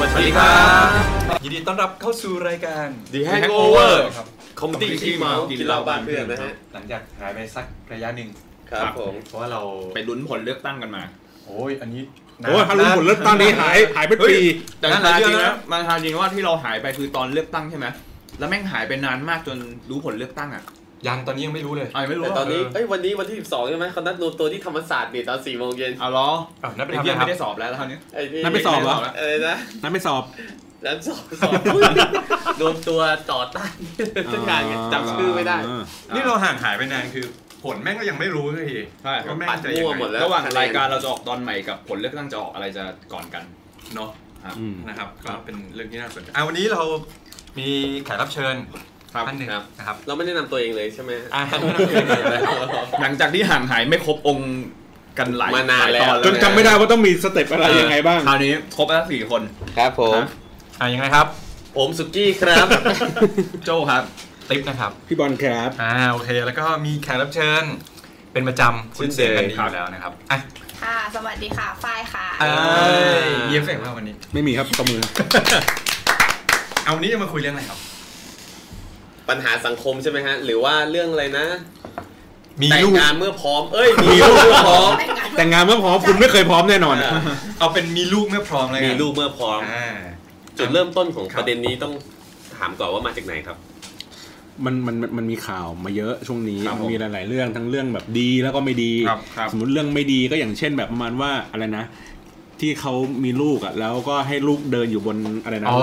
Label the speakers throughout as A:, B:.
A: วัสดีครับ
B: ยินดีต้อนรับเข้าสู่รายการ
A: The Hangover
B: ครับ
A: คอมตี้ขี้เมากินเหล้าบ้านเพื่อนนะฮะ
B: หลังจากหายไปสักระยะหนึ่ง
A: ครับผม
B: เพราะว่าเรา
C: ไปลุ้นผลเลือกตั้งกันมา
B: โอ้ยอันนี้นน
D: โอ้ยถ้ารู้ผลเลือกตั้งนี้หายหายไปปี
C: แต่
B: นั่น
C: ทา
B: หาย
C: จ
B: เรื่อ
C: ริ
B: ง
C: ง
B: นะ
C: นะมันทาจริงว่าที่เราหายไปคือตอนเลือกตั้งใช่ไหมแล้วแม่งหายไปนานมากจนรู้ผลเลือกตั้งอ่ะ
B: ยังตอนนี้ยังไม่รู้เลย
C: อ๋อยังไม่รู้
A: แต่ตอนนี้
C: เ
A: เอ้ยวันนี้วันที่ 12 ใช่ไหมเขานัดรวมตัวที่ธรรมศาสตร์นี่ตอน4โมงเย็น
C: เอาล้อ
B: อ้าวนั่นเป็น
C: ไอ้
B: ทำ
C: เพี้ย
B: ไม
C: ไม่ได้สอบแล้วคราวนี้
A: ไอ้ที่
D: นัดไปสอบเหรอ
A: อะไรนะ
D: นั้นไปสอบ
A: นัดสอบสอบ อุ๊ยรวมตัวต่อต้านทุกอย่างไงจำชื่อไม่ได้
B: นี่เราห่างหายไปนานคือ ผลแม่งก็ยังไม่รู้สักที
C: ใช่ครับ
B: ว่าแม่ง
A: ปัด
B: จะยั
A: มั่ว
B: ง
A: หมด
B: ไง
A: แล้ว
C: ระหว่างรายการเราจะออกตอนใหม่กับผลเลือกตั้งจะออกอะไรจะก่อนกัน
B: เนาะ
D: อืม
B: นะครับก็เป็นเรื่องที่น่าสนใจอ่ะวันนี้เรามีแขกรับเชิญ
C: ครับ
B: ท่านหนึ่งนะครับ
A: เราไม่แนะนำตัวเองเลยใช่ไหม
B: อ่ะไม่ต้องเชิญเลยนะ
C: หลังจากที่ห่างหายไม่ครบองค์กันหลาย
A: มานานแล้ว
C: หยตอ
D: จนจำไม่ได้ว่าต้องมีสเต็ปอะไรยังไงบ้าง
C: คราวนี้ครบแล้วสี่คน
A: ครับผม
C: ฮะ
B: อ่ ะยังไงครับ
A: ผมสุกี้ครับ
C: โจครับ
B: ติ๊บนะครับ
D: พี่บอลครับ
B: อ่าโอเค แล้วก็มีแขกรับเชิญ เป็นประจำ
A: เช่
B: คุ้
A: น
B: นเสี
A: เคย
B: ยงกันดีอยู่แล้วนะครับอ่ะ
E: ค่ะ สวัสดีค่ะ ฝ้ายค่ะ
B: เอ้ยเยี่ยมเสียงมากวันนี้
D: ไม่มีครับตบมือ
B: เอาวันนี้จะมาคุยเรื่องอะไรครับ
A: ปัญหาสังคมใช่ไหมฮะ หรือว่าเรื่องอะไรนะ
B: มี
A: แต่ง
B: ลูก
A: งานเมื่อพร้อม เอ้ยมีลูกเมื่อพร้อม
D: แต่งงานเมื่อพร้อมคุณไม่เคยพร้อมแน่นอนอะ
B: เอาเป็นมีลูกเมื่อพร้อมเลยน
A: มีลูกเมื่อพร้อม
B: อ่า
A: จุดเริ่มต้นของ
B: ครับ
A: ประเด็นนี้ต้องถามก่อนว่ามาจากไหนครับ
D: มันมันมันมันมีข่าวมาเยอะช่วงนี้
C: ครับผม
D: มันมีหลาย ๆ เรื่องทั้งเรื่องแบบดีแล้วก็ไม่ดี
C: ครับครับ
D: สมมติเรื่องไม่ดีก็อย่างเช่นแบบประมาณว่าอะไรนะ ที่เขามีลูกอ่ะแล้วก็ให้ลูกเดินอยู่บนอะไรนะ
B: อ๋อ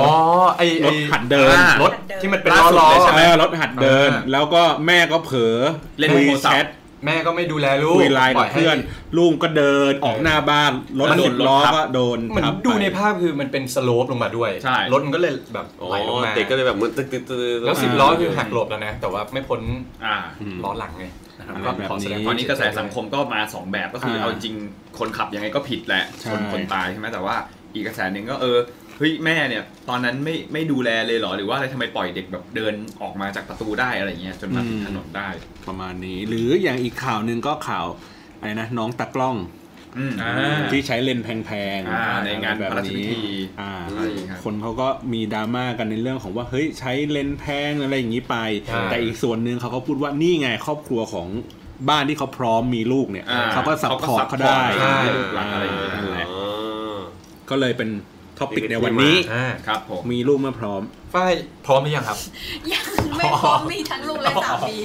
B: ไอไอ้
D: รถหัดเดิน
B: อ่ารร
E: ถ
B: ถที่มันเป็น
D: ล่า
B: ล้อล้อ
D: สุดเลย
B: ใช่
D: ใช่
B: ไห
D: ไห
B: ม
D: มรถหัดเดิน
B: อ่า
D: แล้วก็แม่ก็เผลอ
C: เล่น
D: คุย
C: โทรศัพท์
D: แชท
B: แม่ก็ไม่ดูแลลูก
D: คุยไลน์
B: ปล่
D: กับเพื่อน
B: ใ
D: ลูกก็เดินออกหน้าบ้านรถ
C: มัน
D: สิบ
C: โดน
D: ล้อ
C: รถทับ
D: ก็โดน
B: ห้เหมือน
D: ทับ
B: ดู
D: ไป
B: ในภาพคือมันเป็นสโลปลงมาด้วย
C: ใช่
B: รถมันก็เลยแบบ
A: อ๋อ
B: ไหลลงมา
A: เด็กก็เลยแบบมันตึ๊ดตึ๊ดตึ๊ดตึ๊ด
B: แล้วสิบล้อคือหักหลบแล้วนะ แต่ว่าไม่พ้น
C: อ่า
D: อืม
B: ล้อหลังไงนะครับ
D: อะไร
B: ก็
D: แบบ
B: ขอแสดง
D: นี้
B: ค
C: ตอ
B: วาน ม
C: นี้
B: เสียใจ
C: กระแสสังคมก็มาสองแบบก็คือ
D: อ่า
C: เอาจริงคนขับยังไงก็ผิดแหละ
D: ใช่
C: ชนคนตายใช่ไหมแต่ว่าอีกกระแสหนึ่งก็เออเฮ้ยแม่เนี่ย ตอนนั้นไม่ไม่ดูแลเลยเหรอหรือว่าอะไรทำไมปล่อยเด็กแบบเดินออกมาจากประตูได้อะไรเงี้ยจนมาถึงถนนได้
D: ประมาณนี้ หรืออย่างอีกข่าวหนึ่งก็ข่าวอะไรนะน้องตากล้อง
C: อืม
B: อ่า
D: ที่ใช้เลนส์แพง
C: อ่าในงาน
D: แบบ
C: พระราชพิ
D: นี้
C: ธี
D: อ่า
C: อะไรอย่างเงี้ยครับ
D: คนเขาก็มีดราม่ากันในเรื่องของว่าเฮ้ยใช้เลนส์แพงอะไรอย่างนี้ไป
B: ใช่
D: แต่อีกส่วนหนึ่งเขาก็พูดว่านี่ไงครอบครัวของบ้านที่เขาพร้อมมีลูกเนี่ย
C: อ่า
D: เขาก็สับพอร์ตเขาได้
C: เขาก็ซัพพอร์ตให้ลูกหลาน
D: อ่า
C: อะไรอย่างเงี้ยนั่นแหละ
A: อ๋อ
D: ก็เลยเป็นท็อปิกในวันนี้
B: อ่า
C: ครับผม
D: มีลูกเมื่อพร้อม
B: ฝ้ายพร้อมหรือยัง ครับ
E: ยังไม่พ ร้อมมีทั้งลูกและสามี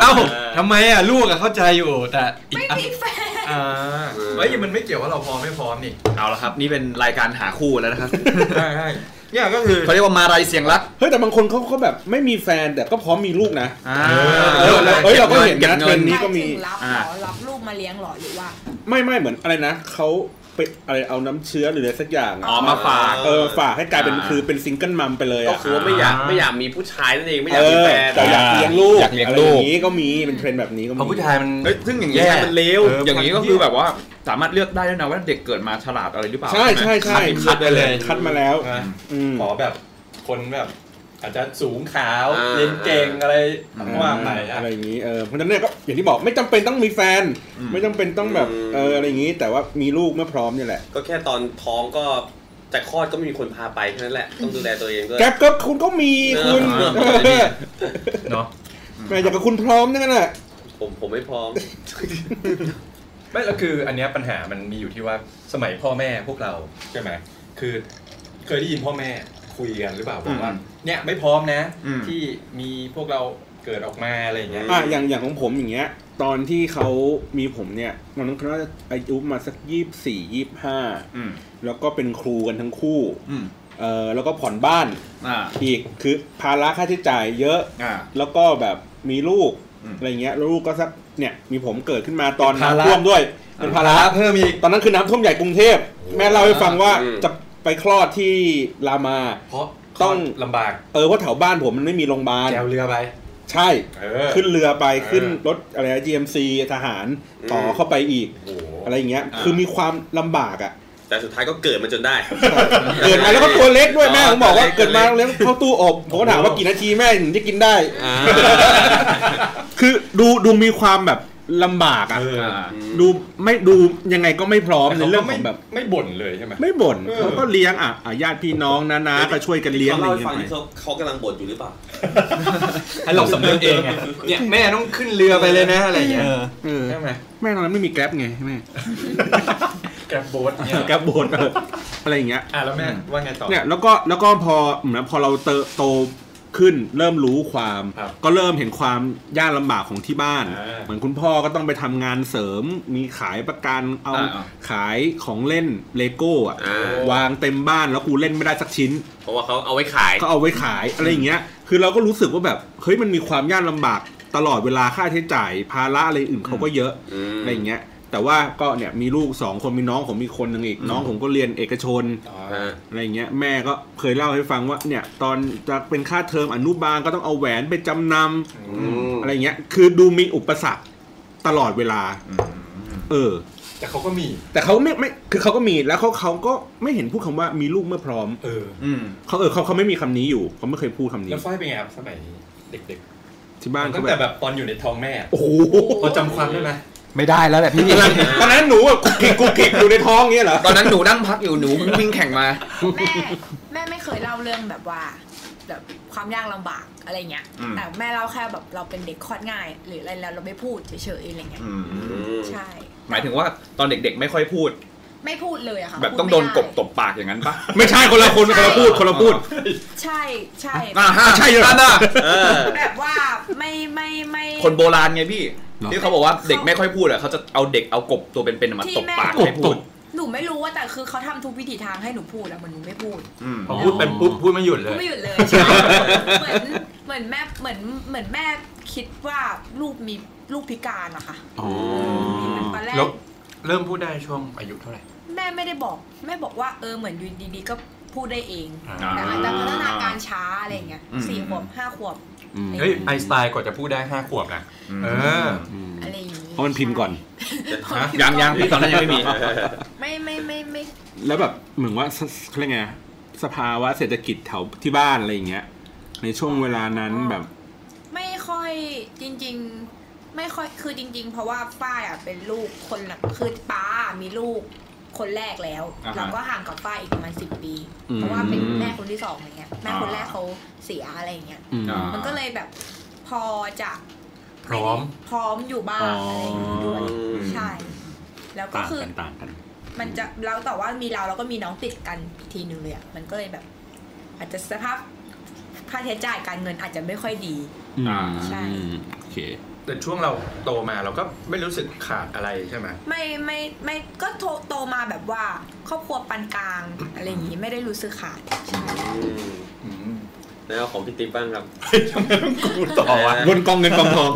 B: เอ้าทำไมอ่ะลูกอะเข้าใจอยู่แต่อีก
E: ไม่
B: อัน
E: มีแฟน
B: อ่า
A: เออ
B: เฮ้ยมันไม่เกี่ยวว่าเราพร้อมไม่พร้อมนี่
C: เอาละครับ นี่เป็นรายการหาคู่แล้วนะครับ
B: ใช่ใช่เนี่ยก็คือ
C: เขาเรียกว่ามาลัยเสียงรัก
D: เฮ้ยแต่บางคนเขาเขาแบบไม่มีแฟนแต่ก็พร้อมมีลูกนะ
C: อ่า
B: เออแล้ว
D: เอ้ยเราก็เห็นนะ
C: บงิ
D: เทรนด์นี้ ก็มี
E: หมายถึงรับเหรอรับลูกมาเลี้ยงเหรอหรือว่า
D: ไม่ไม่เหมือนอะไรนะเขาไปอะไรเอาน้ำเชื้อหรืออะไรสักอย่าง
C: อ๋อ
D: อะ
C: มาฝาก
D: เออฝากให้กลายเป็น
C: อ่า
D: คือเป็นซิงเกิลมัมไปเลย
A: ก็
D: อ่ะ
A: คือว่าไม่อยาก
B: อ่า
A: ไม่อยากมีผู้ชายนั่นเองไม่
D: เอ
A: อาก
D: ย
A: มี
D: อ
A: แฟน
D: แต่อยากเลี้ยงลูก
C: อยากเลี้ยงลูก
D: อะไรอย่างนี้ก็มีเป็นเทรนด์แบบนี้ก็
B: เพ
D: มี
B: ราะผู้ชายมัน
C: เฮ้ยซึ่งอย่างนี้ย
B: แย่
C: มันเลว
B: เอออ
C: อย่างนี้
B: ค
C: ก็
B: วาม
C: คือ
B: เหี้ย
C: แบบว่าสามารถเลือกได้ด้วยนะว่าเด็กเกิดมาฉลาดอะไรหรือเปล่า
D: ใช่ใช่ใช่
B: คัดไปเลย
D: คัดมาแล้ว
B: อ่า
D: อืม
B: ขอแบบคนแบบอาจจะสูงขาว
A: า
B: เรียนเก่งอะไรว่าไปอะ
D: อะไรอย่างนี้เออเพราะฉะนั้นเนี่ยก็อย่างที่บอกไม่จำเป็นต้องมีแฟน ไม่จำเป็นต้องแบบ
A: อืม
D: เอออะไรอย่างนี้ แต่ว่ามีลูกเมื่อพร้อมเนี่ยแหละ
A: ก็แค่ตอนท้องก็จะคลอดก็ไม่มีคนพาไปแค่นั้นแหละต้องดูแลตัวเองด้วย
D: แก๊ปก็คุณก็มีคุณ
A: เออ
D: เออ
B: เนาะ
D: แม่อยากกับคุณพร้อมนั่นแหละ
A: ผมผมไม่พร้อม
B: ไม่แล้วคืออันเนี้ยปัญหามันมีอยู่ที่ว่าสมัยพ่อแม่พวกเราใช่ไหมคือเคยได้ยินพ่อแม่คุยกันหรือเปล่าบอกว่าเนี่ยไม่พร้อมนะ
C: อืม
B: ที่มีพวกเราเกิดออกมาอะไรอย่างเงี้ย
D: อ่ะอย่างอย่างของผมอย่างเงี้ย ตอนที่เขามีผมเนี่ยตอนนั้นเขาน่าจะอายุประมาณสักยี่สี่ยี่ห้า
C: อืม
D: แล้วก็เป็นครูกันทั้งคู่
C: อืม
D: เออแล้วก็ผ่อนบ้าน
C: อ่า
D: อีกคือภาระค่าใช้จ่ายเยอะ
C: อ่า
D: แล้วก็แบบมีลูก
C: อืม
D: อะไรเงี้ยแล้วลูกก็สักเนี่ยมีผมเกิดขึ้นมาตอน
B: เป็นภาระ
D: น้ำท่วมด้วยเป็นภาระ
B: เพิ่มอีก
D: ตอนนั้นคือน้ำท่วมใหญ่กรุงเทพแม่เล่าให้ฟังว่า
A: อืม
D: จะไปคลอดที่รามา
B: เพราะ
D: ต้อง
B: ลำบาก
D: เออเพราะแถวบ้านผมมันไม่มีโรงพยาบาล
B: แจวเรือไป
D: ใช่
B: เออ
D: ขึ้นเรือไป
B: เออ
D: ขึ้นรถอะไรนะ GMC ทหารต่ออ
A: ม
D: เข้าไปอีก
B: โอ้โห
D: อะไรอย่างเงี้ย
C: อ่า
D: คือมีความลำบากอ่ะ
A: แต่สุดท้ายก็เกิดมาจนได้
D: เกิดมาแล้วก็ตัวเล็กด้วย
A: อ๋อ
D: แม่ผมบอกว่า
A: ตัวเล็ก
D: เกิดมาแล้วเลี้ยงเข้าตู้อบผม ก็ถามว่ากี่นาทีแม่ถึงจะกินได้
A: อ่า
D: คือดูดูมีความแบบ ลำบากอ่ะ
B: เออ
C: อ่า
D: ดูไม่ดูยังไงก็ไม่พร้อมใน
B: แต่
D: เรื่
B: เรื่อ
D: อ
B: ง ง
D: ของ
B: แบ
D: แบบ บ
B: ไม่บ่นเลยใช่ไหม
D: ไม่บ่น
B: เออ
D: เขาก็เลี้ยงอ่ะอ่ะญาติพี่น้องนะนะก็ช่วยกันเลี้ยง
F: เขา
D: อะไร
F: เล่า
D: อ
F: ให้
D: ย่าง
F: ฟังที่
D: เงี้ย
F: เขาเขากำลังบ่นอยู่หรือเปล่า
B: ให้เราสำเร็จเองไงเนี่ยแม่ต้องขึ้นเรือไปเลยนะอะไรอย่างเงี้ย
D: เออ
B: ใช่ไหม
D: แม่ตอนนั้นไม่มีแกร็บไงแม่
B: แกร็บโบ๊ทเนี่ย
D: แกร็บบ่นเอออะไรอย่างเงี้ย
B: อ่ะแล้วแม่ว่าไงต่อ
D: เนี่ยแล้วก็แล้วก็พอเหมือนพอเราเติบโตขึ้นเริ่มรู้ความ
B: ครับ
D: ก็เริ่มเห็นความยากลำบากของที่บ้าน
B: อ่า
D: เหมือนคุณพ่อก็ต้องไปทำงานเสริม มีขายประกันเอา
C: อ่าอ่า
D: ขายของเล่นเลโก้อะ
A: อ่า
D: วางเต็มบ้านแล้วกูเล่นไม่ได้สักชิ้น
A: เพราะว่าเขาเอาไว้ขาย
D: ก็เอาไว้ขายอะไรอย่างเงี้ย คือเราก็รู้สึกว่าแบบเฮ้ยมันมีความยากลำบากตลอดเวลาค่าใช้จ่าย ภาระอะไรอื่นเขาก็เยอะ
A: อืม
D: อะไรอย่างเงี้ย แต่ว่าก็เนี่ยมีลูกสองคนมีน้องผมมีคนหนึ่งอีกน้องผมก็เรียนเอกชน
A: อ่า
D: อะไรเงี้ยแม่ก็เคยเล่าให้ฟังว่าเนี่ยตอนจะเป็นค่าเทอมอนุบาลก็ต้องเอาแหวนไปจำนำอะไรเงี้ยคือดูมีอุปสรรคตลอดเวลา เออ
B: แต่เขาก็มี
D: แต่เขาไม่ไม่คือเขาก็มีแล้วเขาเขาก็ไม่เห็นพูดคำว่ามีลูกเมื่อพร้อม
B: เออ
C: อืม
D: เขาเออเขาเขาไม่มีคำนี้อยู่เขาไม่เคยพูดคำนี้
B: แล้วฝ้ายเป็นไงครับสมัยเด็ก
D: ที่
B: ๆ
D: บ้าน
B: ตั้ง
D: เขาแบ
B: แต่
D: บ
B: แบบตอนอยู่ในท้องแม่
D: โอ้โห
B: พอจำความได้ไหม
G: ไม่ได้แล้วแหละพี่
D: ตอนนั้นตอนนั้นหนูอะกุกกิกกุกกิกอยู่ในท้องเงี้ยเหรอ
C: ตอนนั้นหนูนั่งพักอยู่หนูเพิ่งวิ่งแข่งมา
E: แม่ แม่ไม่เคยเล่าเรื่องแบบว่า แบบความยากลำบากอะไรเงี้ย
C: อืม
E: แต่แม่เล่าแค่แบบเราเป็นเด็กคลอดง่าย หรืออะไรแล้วเราไม่พูดเฉยๆอะไรเงี้ยใช่
C: หมายถึงว่าตอนเด็กๆไม่ค่อยพูด
E: ไม่พูดเลยอะค่ะ
C: แบบ
E: พู
C: ต้องโดน
E: ไม่
C: กบตบปากอย่างนั้นปะ
D: ไม่ใช่คนละคนคนละพูดคนละพูด
E: ใช่ใช่
C: อ่าฮะ
D: ใช่เหรอ
C: นั่นน่ะ
E: แบบว่าไม่ไม่ไม่
C: คนโบราณไงพี่ ที่เขาบอกว่าเด็กไม่ค่อยพูดอ่ะเขาจะเอาเด็กเอากบตัวเป็นๆมา
E: ที่
C: ตบ
E: แม่
C: ปากให้พูด
E: หนูไม่รู้ว่าแต่คือเขาทำทุกวิถีทางให้หนูพูดอะเหมือนหนูไม่พูด
C: อืม
B: พอพูดเป็นปุ๊บพูดไม่หยุดเลย
E: ไม่หยุดเลยใช่เหมือนเหมือนแม่เหมือนเหมือนแม่คิดว่าลูกมีลูกพิการอะค่ะ
D: อ๋อ
E: ตอนแรก
B: แล้วเริ่มพูดได้ช่วงอายุเท่าไหร่
E: แม่ไม่ได้บอก แม่บอกว่าเออเหมือนอยู่ดีๆก็พูดได้เอง
B: อ่า
E: แต่อาจจะพัฒนาการช้าอะไรอย่างเงี้ย
C: อืม
E: สี่ขวบห้าขวบ
B: เฮ้ยไอน์สไตล์กว่าจะพูดได้ห้าขวบนะ
C: ม
B: เออ
E: อะไรอย่างงี้
D: เพราะมันพิมพ์ก่อน
C: ยังยังพี่ตอนนั้นยังไม่มี
E: ไม่ไม่ไม่ไม่
D: แล้วแบบเหมือนว่าสเขาเรียกไงสภาวะเศรษฐกิจแถวที่บ้านอะไรอย่างเงี้ย ในช่วงเวลานั้นแบบ
E: ไม่ค่อยจริง ๆ ไม่ค่อยคือจริง ๆ เพราะว่าป้ายอะเป็นลูกคนหลังคือป้ามีลูกคนแรกแล้ว
C: อ่าฮะ
E: เราก็ห่างกับป้าอีกประมาณสิบปี เพราะว่าเป็นแม่คนที่สองอะไรเงี้ยแม่คนแรกเขาเสียอะไรเงี้ย
D: อืม
C: อ่า
E: มันก็เลยแบบพอจะ
B: พร้อม
E: พร้อมอยู่บ้างอะไรอย่างงี้ด้วย
D: อ๋
C: อ
E: ใช่ แล้วก็
D: ต่าง
E: คือ
D: กันต่างกัน
E: มันจะแล้วแต่ว่ามีเราแล้วก็มีน้องติดกันอีกทีหนึ่งเลยอ่ะมันก็เลยแบบ อาจจะสภาพค่าใช้จ่ายการเงินอาจจะไม่ค่อยดี
C: อ่า
E: ใช่
D: อืมโอเค
B: แต่ช่วงเราโตมาเราก็ไม่รู้สึกขาดอะไรใช่ไหม
E: ไม่ไม่ไม่ก็โตโตมาแบบว่า ครอบครัวปานกลางอะไรอย่างงี้ไม่ได้รู้สึกขาดใช่
A: แล้วของพี่ติ๊บบ้างครับ
B: พูดต่อวะ
D: บนกองเงินกองทอง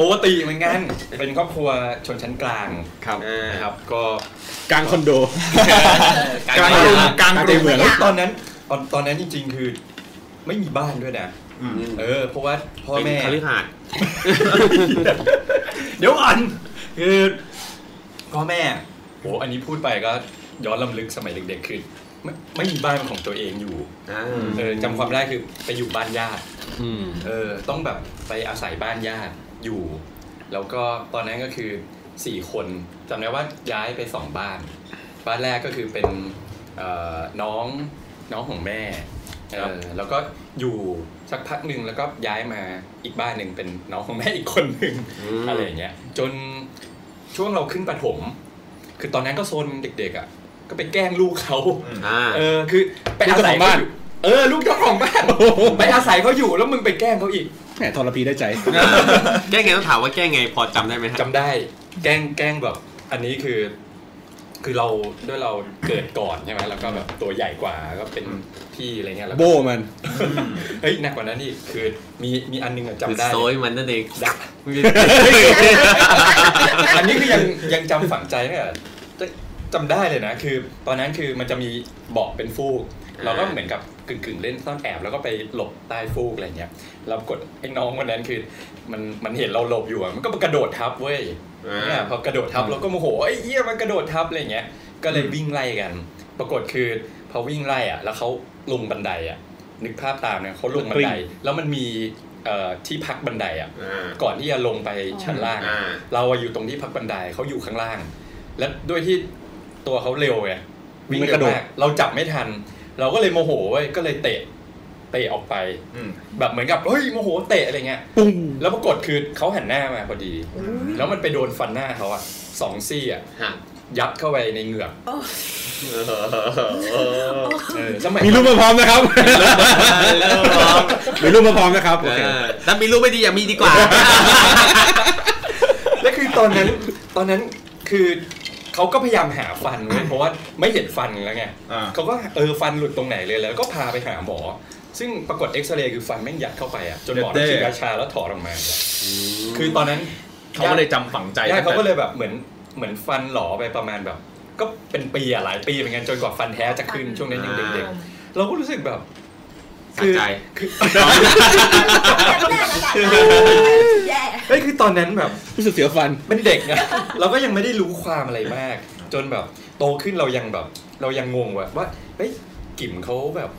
B: ปกติเหมือนกัน เป็นครอบครัวชนชั้นกลาง
C: ครับ
A: เออ
B: นะครับ ก็
D: กลางคอนโด
C: กลางกรุงกลางกรุง
D: เหมือน
B: ตอนนั้นตอนตอนนั้นจริง ๆ คือ ไม่มีบ้านด้วยนะ เออ เพราะว่าพ่อ
A: เป็น
B: แม่
A: คฤหาสน์
B: เดี๋ยวก่อนคือพ่อแม่โหอันนี้พูดไปก็ย้อนลำลึกสมัยเด็กๆคือไม่ไม่มีบ้านของตัวเองอยู่เออจำความได้คือไปอยู่บ้านญาติ
D: อืม
B: เออต้องแบบไปอาศัยบ้านญาติอยู่ แล้วก็ตอนนั้นก็คือสี่คนจำได้ว่าย้ายไปสองบ้าน บ้านแรกก็คือเป็นเอ่อน้องน้องของแม่เออแล้วก็อยู่สักพักหนึ่งแล้วก็ย้ายมาอีกบ้านหนึ่งเป็นน้องของแม่อีกคนหนึ่ง อะไรอย่างเงี้ยจนช่วงเราขึ้นประถม คือตอนนั้นก็โซนเด็กๆอ่ะ ก็ไปแกล้งลูกเขา
A: อ่า
B: เออคือไปอาศัย
D: ลูกเจ้าของบ้าน
B: เขอยู่เออลูกเจ้าของบ้านไปอาศัยเขาอยู่แล้วมึงไปแกล้งเขาอีก
D: แหมทรพีได้ใจ
A: แก้ไงต้องถามว่าแก้ไงพอจำได้ไหมฮะ
B: จำได้แกล้งแกล้งแบบ อันนี้คือ คือเราด้วยเราเกิดก่อนใช่ไหมแล้วก็แบบตัวใหญ่กว่าก็เป็นพี่อะไรเงี้ยแล้ว
D: โบ
B: ก็
D: มัน
B: เฮ้ยหนักกว่านั้นอีกคือมีมีอันนึงอะจำได้
A: โซยมันนั่นเอง
B: ดัก อันนี้คือยังยังจำฝังใจเนี่ยจจำได้เลยนะ คือ ตอนนั้นคือมันจะมีเบาะเป็นฟูก
A: อ่า
B: เราก็เหมือนกับกึ่งกึ่งๆเล่นซ่อนแอบแล้วก็ไปหลบใต้ฟูกอะไรเงี้ยเรากดไอ้น้องคนนั้นคือมันมันเห็นเราหลบอยู่อะมันก็กระโดดทับเว้ยเนี่ยพอกระโดดทับเราก็โมโหไอ้เหี้ยมันกระโดดทับอะไรเงี้ยก็เลยวิ่งไล่กัน ปรากฏคือพอวิ่งไล่อ่ะ แล้วเขาลงบันไดอ่ะนึกภาพตามเนี่ยเขาลงบันไดแล้วมันมี เอ่อที่พักบันไดอ่ะ
F: อ่า
B: ก่อนที่จะลงไปชั้นล่าง
F: อ่า
B: เราอะอยู่ตรงที่พักบันไดเขาอยู่ข้างล่าง และด้วยที่ตัวเขาเร็วไงวิ่ง
D: ไม่ก
B: เร็ว
D: ระโดด
B: มากเราจับไม่ทัน เราก็เลยโมโหเว้ยก็เลยเตะเตะออกไป
C: อืม
B: แบบเหมือนกับเฮ้ยโมโหเตะอะไรเงี้ย
D: ปุ้ง
B: แล้วปรากฏคือเขาหันหน้ามาพอดี แล้วมันไปโดนฟันหน้าเขาอะสองซี่อะ
F: ฮะ
B: ยัดเข้าไปในเหงือก
E: โอ้
B: เออสมัย
D: มีรูปมาพร้อมนะครับ
A: แล้วพร้อม
D: มีรูปมาพร้อมนะครับโอเค
A: เออถ้ามีรูปไม่ดีอย่ามีดีกว่า
B: และคือตอนนั้นตอนนั้นคือเขาก็พยายามหาฟันเว้ยเพราะว่าไม่เห็นฟันแล้วไง
C: อ่า
B: เขาก็เออฟันหลุดตรงไหนเลยแล้วก็พาไปหาหมอ ซึ่งปรากฏเอ็กซเรย์คือฟันแม่งยัดเข้าไปอะจนหมอต้องฉีดยาชาแล้วถอดออกมา คือตอนนั้น
C: เขาก็เลยจำฝังใจ
B: ใช่เขาก็เลยแบบเหมือนเหมือนฟันหลอไปประมาณแบบ ก็เป็นปีอะหลายปีเหมือนกันจนกว่าฟันแท้จะขึ้นช่วงนั้นยังเด็กๆเราก็รู้สึกแบบ
A: สะใจ
B: คือ
E: แน่ระดับนั้นแย่
B: เฮ้ยคือตอนนั้นแบบ
D: รู้สึกเสียวฟัน
B: เป็นเด็กนะ เราก็ยังไม่ได้รู้ความอะไรมาก จนแบบโตขึ้นเรายังแบบ เรายังงงว่าว่าเฮ้ยกิ่มเขาแบบ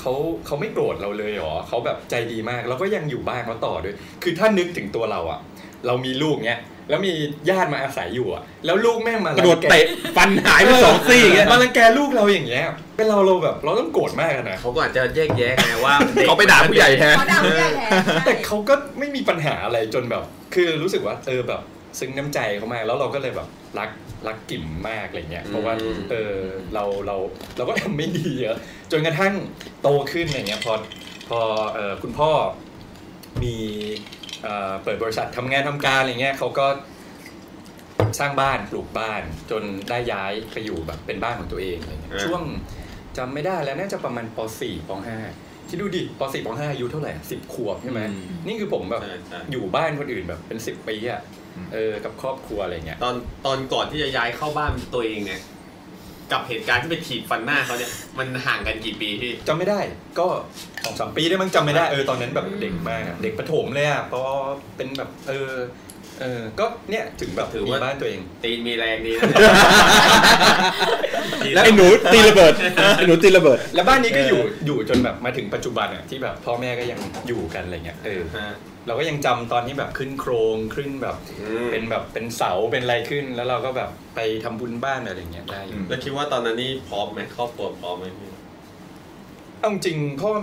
B: เขาเขาไม่โกรธเราเลยเหรอเขาแบบใจดีมากแล้วก็ยังอยู่บ้านเขาต่อด้วย คือถ้านึกถึงตัวเราอะเรามีลูกเนี้ยแล้วมีญาติมาอาศัยอยู่อะแล้วลูกแม่งมาก รั
D: ระโดด
B: งแ
D: เตะฟันหายไปสองซี่อย่างเงี้ย
B: มารังแกลูกเราอย่างเงี้ย เป็นเราเราแบบเราต้องโกรธมากอะนะ
A: เขาก็อาจจะแยกแยะไงว่าด็ก
C: เขาไปด่าผู้ใหญ่แทน
E: เขาด่าผู้ใหญ่แทน
B: แต่เขาก็ไม่มีปัญหาอะไรจนแบบ คือรู้สึกว่าเออแบบซึ้งน้ำใจเขามากแล้วเราก็เลยแบบรักรักกิ่มมากอะไรเงี้ย เพราะว่า
F: อืม
B: เออเราเราเราก็ทำไม่ดีเยอะจนกระทั่งโตขึ้นอะไรเงี้ยพอพอเออคุณพ่อมีเอ่อเปิดบริษัททำงานทำการอะไรเงี้ยเขาก็สร้างบ้านปลูกบ้าน จนได้ย้ายไปอยู่แบบเป็นบ้านของตัวเองอะไรเงี้ย
F: อ่า
B: ช่วงจำไม่ได้แล้วน่าจะประมาณป .4 ป .5 ที่ดูดิป .4 ป .5 อายุเท่าไหร่สิบขวบใช่ไหม
D: อืม
B: นี่คือผมแบบ
F: ใช่ใช่
B: อยู่บ้านคนอื่นแบบเป็นสิบปีอ่ะเออกับครอบครัวอะไรเงี้ย
F: ตอนตอนก่อนที่จะย้ายเข้าบ้านตัวเองเนี่ย กับเหตุการณ์ที่ไปถีบฟันหน้าเขาเนี่ยมันห่างกันกี่ปีพี่
B: จำไม่ได้ก็สองสามปีได้มั้งจำไม่ได้เออตอนนั้นแบบเด็กมากอะเด็กประถมเลยอ่ะเพราะเป็นแบบเออเออก็เนี่ยถึงแบบ
F: ถือ
B: มี
F: ว่ามี
B: บ้านตัวเอง
F: ตีนมีแรงดีนะ
D: ไอ้หนูตีระเบิด ไอ้หนูตีระเบิด
B: แล้วบ้านนี้ก็อยู่อยู่จนแบบมาถึงปัจจุบันอ่ะที่แบบพ่อแม่ก็ยังอยู่กันอะไรเงี้ยเออ
F: ฮะ
B: เราก็ยังจำตอนที่แบบขึ้นโครงขึ้นแบบ
F: อืม
B: เป็นแบบเป็นเสาเป็นอะไรขึ้น แล้วเราก็แบบไปทำบุญบ้านอะไรเงี้ยได้อยู่
F: แล้วคิดว่าตอนนั้นนี่พร้อมไหมครอบครัวพร้อมไหมพี่
B: เอาจริงเพราะว่า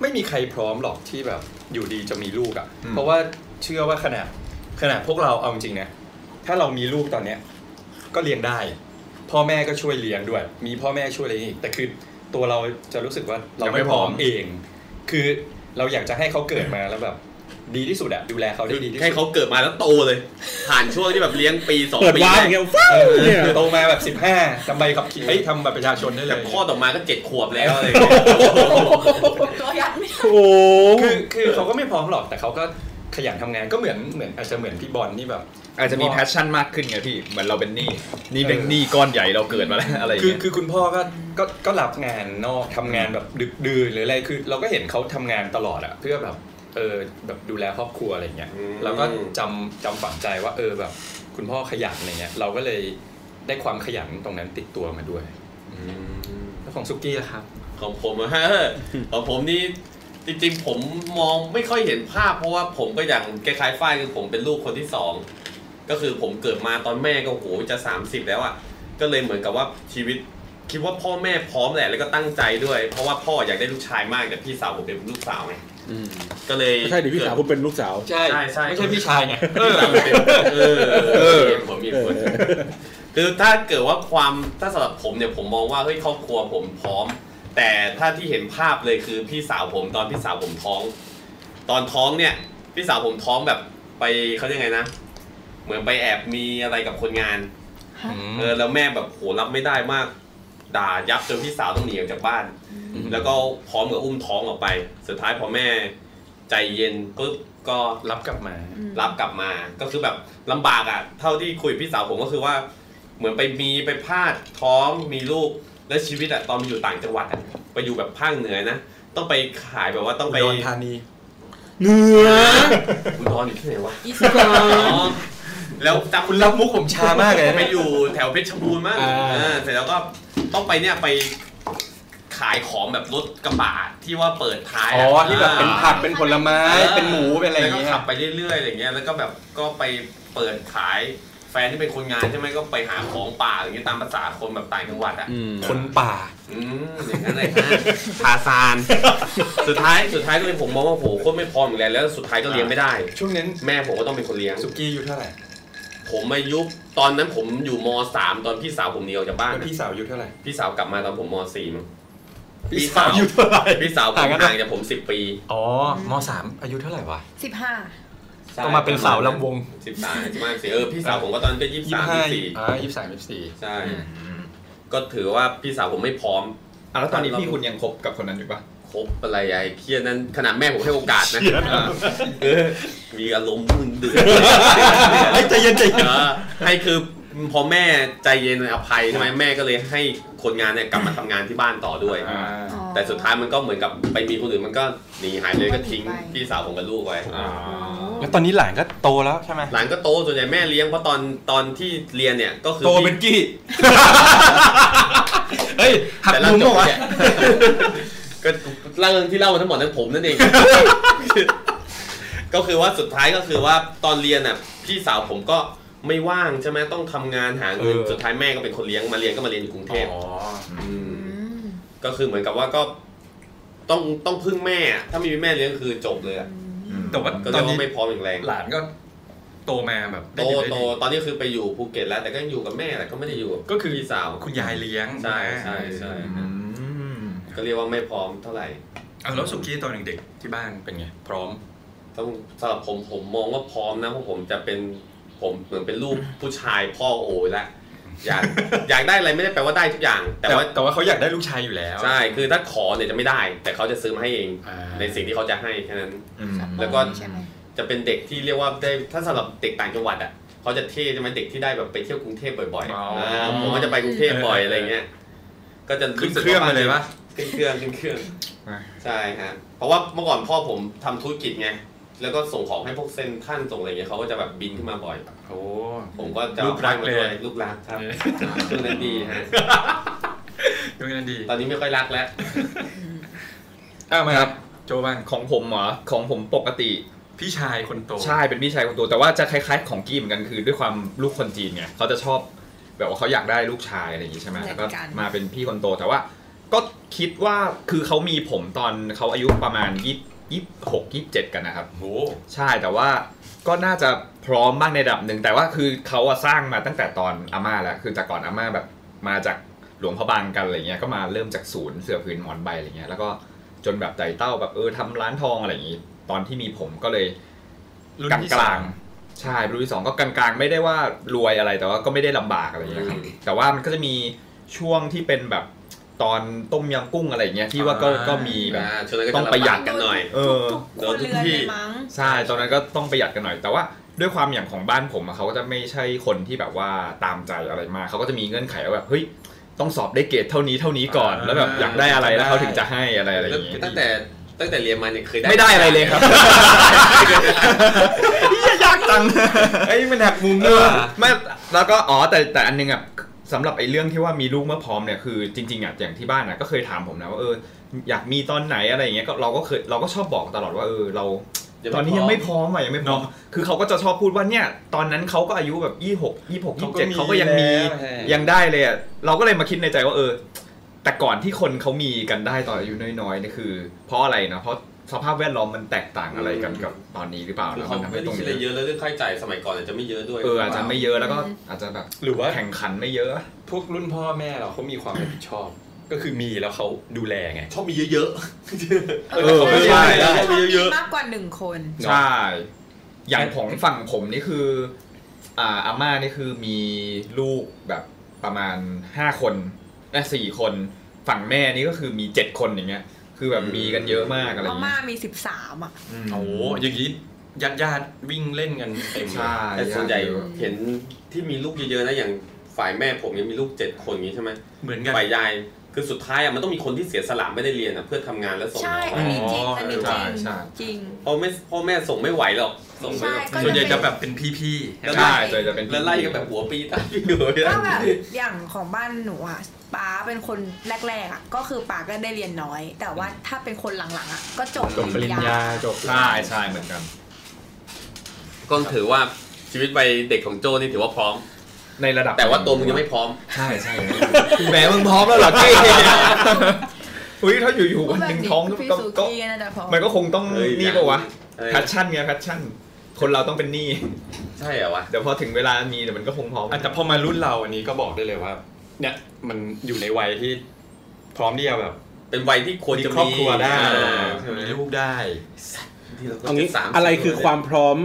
B: ไม่มีใครพร้อมหรอกที่แบบอยู่ดีจะมีลูกอะ่ะ
C: อืม
B: เพราะว่าเชื่อว่าขนาดขนาดพวกเราเอาจริงนะถ้าเรามีลูกตอนเนี้ยก็เลี้ยงได้ พ่อแม่ก็ช่วยเลี้ยงด้วย มีพ่อแม่ช่วยอะไรอีกแต่คือตัวเราจะรู้สึกว่าเราไม่พร้อมเอง คือเราอยากจะให้เขาเกิดมาแล้วแบบ ดีที่สุดอะดูแลเขาได้ดีที่
F: ให้
B: สุ
F: เขา
B: ด
F: เกิดมาแล้วโตเลย ผ่านช่วงที่แบบเลี้ยงปีสอง
D: เปิด
F: ปี
D: วาร์ป
F: แร
D: อก ย่างเงี้ยฟ้าวเนี่ย
B: โตมาแบบ 15ทำใบขับขี่เอ้ยทำบัตรประชาชนได้เล
F: แต่
B: ย
F: ข้อต่อมาก็เจ็ดขวบแล้วอะไรอย่างเงี้ย
E: ตัวยัดไม่ได้
D: โอ้โห
B: คือคือเขาก็ไม่พร้อมหรอกแต่เขาก็ขยันทำงานก็เหมือนเหมือนอาจจะเหมือนพี่บอลนี่แบบ
C: อาจจะมีแพชชั่นมากขึ้นไงพี่ เหมือนเราเป็นหนี้นี่เป็น
B: เออ
C: หนี้ก้อนใหญ่เราเกิดมาแล้วอะไรอย่าง
B: คือ
C: เงี้ย
B: คือคุณพ่อก็ก็ก็รับงานนอกทำงานแบบดึกดื่นหรืออะไรคือ เราก็เห็นเขาทำงานตลอดอะเพื่อแบบเออแบบดูแลครอบครัวอะไรเงี้ย
F: อืม
B: เราก็จำจำฝังใจว่าเออแบบ คุณพ่อขยันอะไรเงี้ยเราก็เลยได้ความขยันตรงนั้นติดตัวมาด้วยแล้วของซุกี้ล่ะครับ
F: ของผมอะ ฮะของผมนี่จริงๆ ผมมองไม่ค่อยเห็นภาพ เพราะว่าผมก็อย่างคล้ายๆฝ้ายคือผมเป็นลูกคนที่สองก็คือผมเกิดมาตอนแม่ก็โหจะ 30 แล้วอะก็เลยเหมือนกับว่าชีวิตคิดว่าพ่อแม่พร้อมแหละแล้วก็ตั้งใจด้วย เพราะว่าพ่ออยากได้ลูกชายมากแต่พี่สาวผมเป็นลูกสาวไงก็เลย
D: ไม่ใช่เดี๋ยวพี่สาวคุณเป็นลูกสาว
B: ใช่
F: ใช่ใช่
B: ไม่ใช่พี่ชายไง
F: เออเออเออผมมีคนคือถ้าเกิดว่าความถ้าสำหรับผมเนี่ยผมมองว่าเฮ้ยครอบครัวผมพร้อม แต่ถ้าที่เห็นภาพเลยคือพี่สาวผมตอนพี่สาวผมท้อง ตอนท้องเนี่ย พี่สาวผมท้องแบบไปเขาเรียกไงนะ เหมือนไปแอบมีอะไรกับคนงาน เออแล้วแม่แบบโหรับไม่ได้มาก ด่ายับจนพี่สาวต้องหนีออกจากบ้าน
B: อืม
F: แล้วก็พร้อมกับอุ้มท้องออกไป สุดท้ายพอแม่ใจเย็นปุ๊บก็
B: รับกลับมา
F: รับกลับมา ก็คือแบบลำบากอะ่ะ เท่าที่คุยกับพี่สาวผมก็คือว่า เหมือนไปมีไปพลาดท้องมีลูก แล้วชีวิตอะ่ะตอนอยู่ต่างจังหวัดอะไปอยู่แบบภาคเหนือนะ ต้องไปขายแบบว่าต้องไป
B: อุดรธานี
D: เนื้อ
F: อุดรอยู่ที่ไหนวะ
E: อีสปอร์ต
F: อ๋อแล้วจำ
B: คุณรับมุกผมช้ามากเลยนะ
F: ไปอยู่แถวเพชรบูรณ์มั้ง
B: อ่า
F: เออเสร็จแล้วก็ต้องไปเนี่ยไป ขายของแบบรถกระบะที่ว่าเปิดท้าย
B: อ๋อที่แบบเป็นผักเป็นผลไม้
F: อ่า
B: เป็นหมูเป็นอะไรอย่าง
F: แล้ว
B: เงี้
F: ก็
B: ย
F: ขับไปเรื่อยๆอะไรเงี้ยแล้วก็แบบก็ไปเปิดขายแฟนที่เป็นคนงานใช่ไหมก็ไปหาของป่าอย่างเงี้ยตามภาษาคนแบบต่างจังหวัดอ่ะ
B: คนป่า
F: อืมอย่างนั้นเลย ฮะทาซาน สุดท้ายสุดท้ายก็เลยผมมองว่าโหโคตรไม่พร้อมอีกแล้วแล้วสุดท้ายก็เลี้ยงไม่ได้
B: ช่วงนั้น
F: แม่ผมก็ต้องเป็นคนเลี้ยง
B: สุกี้อายู่เท่าไหร่
F: ผมอายุตอนนั้นผมอยู่ม .3 ตอนพี่สาวผมหนีออกจากบ้าน
B: แล้ว
F: นะ
B: พี่สาวอายุเท่าไหร่
F: พี่สาวกลับมาตอนผมม .4 มั้ง พี่
B: พี่
F: สา
B: สาว วอายุเท่าไหร่
F: พี่สาวผม
B: ต่างกัน
F: ห่าง
B: นะ
F: จากผม 10 ปี
B: อ๋อมสามอายุเท่าไหร่วะ
E: สิบห้า
B: ก็มาเป็นสาวลำวง
F: สิบสามสิบห้าสิบสี่เออพี่สาวผมก็ตอนนั้นก็ยี่สิบ
B: ยี่
F: สาม
B: ห้า
F: ยี่สิบสี่
B: อ่ายี่สามยี่สี่
F: ใช่ ก็ถือว่าพี่สาวผมไม่พร้อม
C: อ่ะแล้วตอนนี้พี่คุณยังคบกับคนนั้นอยู่ปะ
F: คบอะไรไอ้เคียนั้นขนาดแม่ผม ให้โอกาสนะเออมีอารมณ์มึนเดือด
B: ไอ้ใจเย็นใจเย็น
F: เออให้คือพอแม่ใจเย็นอ ภัยใช่ไหมแม่ก็เลยให้คนงานเนี่ยกลับมาทำงานที่บ้านต่อด้วย
C: อ่า
F: แต่สุดท้ายมันก็เหมือนกับไปมีคนอื่นมันก็หนีหายเลยก็ทิ้ง
E: ไป
F: พี่สาวผมกับลูกไว้
B: แล้วตอนนี้หลานก็โตแล้วใช่ไหม
F: หลานก็โตส่วนใหญ่แม่เลี้ยงเพราะตอนตอนที่เรียนเนี่ยก็คือ
B: โตเป็นกี้ เฮ้ย หัก
F: แต่เรา
B: มุ
F: จ
B: มเหร
F: บ
B: อวะ
F: เนี่ยก็เรื่องที่เล่ามาทั้งหมดนั้นผมนั่นเอง ก็คือว่าสุดท้ายก็คือว่าตอนเรียนน่ะพี่สาวผมก็ไม่ว่างใช่ไหมต้องทำงานหาเงินสุดท้ายแม่ก็เป็นคนเลี้ยงมาเรียนก็มาเรียนอยู่กรุงเทพ
B: อ๋อ
F: ก็คือเหมือนกับว่าก็ต้องต้องพึ่งแม่อะถ้าไม่มีแม่เลี้ยงคือจบเลยอะ
C: อืม
B: แต่ว่า
F: ก็
B: ต
F: เรี
B: อย น
F: กว่า
B: นี้
F: ไม่พร้อมอย่างแรง
B: หลานก็โตมาแบบ
F: โต
B: ได้ดีได้
F: โต
B: ดี
F: ตอนนี้คือไปอยู่ภูเก็ตแล้ว แต่ก็ยังอยู่กับแม่แต่ก็ไม่ได้อยู่
B: ก็คือ
F: พี่สาว
B: คุณยายเลี้ยง
F: ใช่ใช่ใช่
C: อืม
F: ก็เรียกว่าไม่พร้อมเท่าไหร่
B: เอาแล้วสุกี้ตอนเด็กๆที่บ้านเป็นไง พร้อม
F: ต้องสำหรับผมผมมองว่าพร้อมนะเพราะผมจะเป็นผมเหมือนเป็นลูกผู้ชายพ่อโอและอยาก อยากได้อะไรไม่ได้แปลว่าได้ทุกอย่าง แต่
B: แต่ว่า
F: ว่า
B: แต่ว่าเขาอยากได้ลูกชายอยู่แล้ว
F: ใช่คือถ้าขอเนี่ยจะไม่ได้ แต่เขาจะซื้อมาให้เอง
B: อ่า
F: ในสิ่งที่เขาจะให้แค่นั้น
C: อืม
F: แล้วก็
E: ใช่ไหม
F: จะเป็นเด็กที่เรียกว่าได้ถ้าสำหรับเด็กต่างจังหวัดอ่ะเขาจะเท่ใช่ไหมเด็กที่ได้แบบไปเที่ยวกรุงเทพบ่อยๆ
B: อ๋ออ่
F: าผมก็จะไปกรุงเทพบ่อยอะไรเงี้ยก็จะ
B: ขึ้น
F: สึก
B: เครื่อง
F: ว่า
B: มาเลยปะ
F: ขึ้นเครื่องขึ้นเครื่อง
C: อ่า
F: ใช่ฮะเพราะว่าเมื่อก่อนพ่อผมทำธุรกิจไงแล้วก็ส่งของให้พวกเส้นขั้นส่งอะไรเงี้ยเขาก็จะแบบบินขึ้นมาบ่อย
B: โอ้
F: ผมก็จะ
B: ลูกรักเลย
F: อาไปด้วยลูกรักครับช่วงนั้นดีฮะ
B: ดูกันดี
F: ตอนนี้ไม่ค่อยรักแล้ว
B: อ้าวมาครับ โจบ้าง
C: ของผมเหรอของผมปกติ
B: พี่ชายคนโต
C: ใช่เป็นพี่ชายคนโตแต่ว่าจะคล้ายๆ ของกี้เหมือนกันคือด้วยความลูกคนจีนไงเขาจะชอบแบบว่าเขาอยากได้ลูกชายอะไรอย่างงี้ใช่ไหม
E: เหมือนกั
C: แล้
E: น
C: วก็มาเป็นพี่คนโตแต่ว่า ก็คิดว่าคือเขามีผมตอนเขาอายุประมาณยี่ยี่หกยี่เจ็ดกันนะครับ
B: โห
C: ใช่แต่ว่าก็น่าจะพร้อมบ้างในระดับหนึ่งแต่ว่าคือเขาอะสร้างมาตั้งแต่ตอนอาม่าแล้วคือแต่ก่อนอาม่าแบบมาจากหลวงพระบางกันอะไรเงี้ยก็มาเริ่มจากศูนย์เสือผืนหมอนใบอะไรเงี้ยแล้วก็จนแบบไต่เต้าแบบเออทำร้านทองอะไรอย่างงี้ตอนที่มีผมก็เลย
B: รุ่น
C: กลาง
B: ที่
C: ก
B: สา
C: ลาม งๆใช่รุ่นที่สองก็กลางกลางๆไม่ได้ว่ารวยอะไรแต่ว่าก็ไม่ได้ลำบากอะไรอย่างเงี้ยครับ
F: อืม
C: แต่ว่ามันก็จะมีช่วงที่เป็นแบบตอนต้มยำกุ้งอะไรอย่างเงี้ยที่ว่าก็
B: อ่า
C: ก็มีแบบ
F: อ่าช่วงนั้นก็จ
C: ต้องประหยัด
F: ลำบากกันหน่อย
C: เออ
E: ทุกๆคนเรือนเลยมั้ง
C: ใช่ตอนนั้นก็ต้องประหยัดกันหน่อย แต่ว่าด้วยความอย่างของบ้านผมอะเขาก็จะไม่ใช่คนที่แบบว่าตามใจอะไรมากเขาก็จะมีเงื่อนไขว่าแบบเฮ้ยต้องสอบได้เกรดเท่านี้เท่านี้ก่อน
B: อ่า
C: แล้วแบบอยากได้อะไรแล้วเขาถึงจะให้อะไรอะไรอ
F: แล้ว
C: ย่างเงี้ย
F: ตั้งแต่ตั้งแต่เรียนมาเนี่ยเคยได้
C: ไม่ได้อะไรเลยครับ ยากจัง
B: เอ้ยมันหักมุม
C: เอ
B: เน
C: อ
B: อะ
C: ไม่แล้วก็อ๋อแต่แต่อันนึงอ่ะสำหรับไอ้เรื่องที่ว่ามีลูกเมื่อพร้อมเนี่ยคือจริงๆอ่ะอย่างที่บ้านอ่ะก็เคยถามผมนะว่าเอออยากมีตอนไหนอะไรอย่างเงี้ยก็เราก็เคยเราก็ชอบบอกตลอดว่าเออเรา
F: เดี๋ว
C: ตอนนี้ยังไม่พร้อมอ่ะยังไม่พร้อม
B: เนอะ
C: คือเขาก็จะชอบพูดว่าเนี่ย ตอนนั้นเขาก็อายุแบบยี่หกยี่หกยี่เจ็ด
B: เขา
C: เขา
B: ก็
C: ก็
B: มี
C: ยังมี
B: แล้วใช่
C: ยังได้เลยอ่ะเราก็เลยมาคิดในใจว่าเออ แต่ก่อนที่คนเขามีกันได้ตอนอายุน้อยๆเนี่ยคือ เพราะอะไรนะเพราะสภาพแวดล้อมมันแตกต่างอะไรกันกับตอนนี้หรือเปล่า
F: คือ
C: นะ
F: เขา
C: มันทำ
F: ไม่ได้
C: ให้ตรง
F: คิดอะไร
C: นี้
F: เยอะแล้วเรื่องค่าใช้จ่ายสมัยก่อนอาจจะไม่เยอะด้วย
C: เอออาจจะไม่เยอะแล้วก็อาจจะแบบ
B: หรือว่า
C: แข่งขันไม่เยอะ
B: พวกรุ่นพ่อแม่เราเขามีความรับผิดชอบ ก็คือมีแล้วเขาดูแลไง
F: ชอบมีเยอะๆ
E: เอ
C: อ
E: ใช่
F: ใช่
E: ชอบมีมากกว่าหนึ่งคน
C: ใช่ อย่างของฝั่งผมนี่คืออ่าอาม่านี่คือมีลูกแบบประมาณห้าคนและสี่คน ฝั่งแม่นี่ก็คือมีเจ็ดคนอย่างเงี้ย คือแบบมีกันเยอะมากอะไรอ
E: มา
C: ย่าง
E: ม่า
C: เงี้ย
E: มีสิบสามอ่ะ
C: ม
B: โอ้โหอย่างนี้ญาติญาติๆวิ่งเล่นกันเต็มเลย
C: ใช่
F: แต่ส่วนใหญ่
C: เยอะ
F: เห็นที่มีลูกเยอะๆนะอย่างฝ่ายแม่ผมยังมีลูกเจ็ดคนอย่างนี้ใช่ไหม
B: เหมือนกัน
F: ฝ่ายยายคือสุดท้ายอ่ะมันต้องมีคนที่เสียสละไม่ได้เรียนอ่ะเพื่อทำงานและส่ง
E: ใช่
F: น้อง
E: อันนี้จริง อันนี้จริง
C: ใช่
E: จริง
F: พ่อแม่พ่อแม่ส่งไม่ไหวหรอกส่งไม่ไหว
E: ใช่ก็
B: ส่วนใหญ่จะแบบเป็นพี่ๆ
C: ใช่ส่วนใหญ่จะเป็น
F: แล้วไล่กันแบบหัวปีตายอยู่
E: ก็แบบอย่างของบ้านหนูอ่ะ ป๋าเป็นคนแรกๆอ่ะก็คือป๋าก็ได้เรียนน้อย แต่ว่าถ้าเป็นคนหลังๆอ่ะก็จบ
C: จบปริญญาจบใช่ใช่เหมือนกัน
F: ก็ถือว่าชีวิตวัยเด็กของโจนี่ถือว่าพร้อม
C: ในระดับ
F: แต่ว่าตัวมึงยังไม่พร้อม
C: ใช่ใช่แหมมึงพร้อมแล้วเหรอเจ๊ อุ้ยถ้าอยู่ๆวันหนึ่งท้องก็
E: พี่
C: ก็
E: สุ
C: ก็
E: กี้น่าจะพอ
C: มันก็คงต้อง
F: เฮ้ย
C: นี่ปะวะแพชชั่นไงแพชชั่น คนเราต้องเป็นหนี้
F: ใช่เหรอวะ
C: เดี๋ยวพอถึงเวลามีเดี๋ยวมันก็คงพร้อม
B: อ่ะแต่พอมารุ่นเราอันนี้ก็บอกได้เลยว่า เนี่ยมันอยู่ในวัยที่พร้อมที่จะแบบ
F: เป็นวัยที่ควร
B: มี
F: จะมี
B: ครอบครัวได้
F: เออ
B: มีลูกได้
F: ที่เราก็
D: เอางี้
F: จะสามสิบ
D: อะไรคือความพร้อม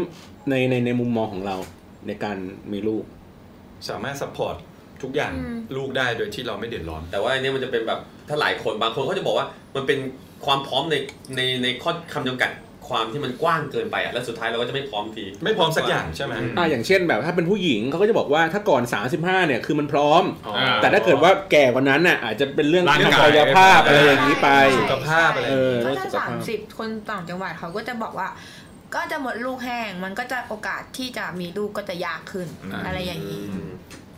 D: ในในในมุมมองของเราในการมีลูก
B: สามารถซัพพอร์ตทุกอย่าง
E: อืม
B: ลูกได้โดยที่เราไม่เดือดร้อน
F: แต่ว่าอันเนี้ยมันจะเป็นแบบถ้าหลายคนบางคนเขาจะบอกว่ามันเป็นความพร้อมในในในข้อคำจำกัดความที่มันกว้างเกินไปอะแล้วสุดท้ายเราก็จะไม่พร้อมที
B: ไม่พร้อมสักอย่างใช่ไหม
C: อืม
D: อ่าอย่างเช่นแบบถ้าเป็นผู้หญิงเขาก็จะบอกว่าถ้าก่อน 35 เนี่ยคือมันพร้อม
B: อ๋อ
D: แต่ถ้าเกิดว่าแก่กว่านั้นน่ะอาจจะเป็นเรื่อง
C: ร่าง
D: เรื่อง
C: กาย
D: กายภาพอะไรอย่างนี้ไป
B: สุขภาพอะไร
D: เออ
E: ก็ถ้าสามสิบคนต่างจังหวัดเขาก็จะบอกว่า ก็จะหมดลูกแห้ง มันก็จะโอกาสที่จะมีลูกก็จะยากขึ้น
C: อืม
E: อะไรอย่างนี้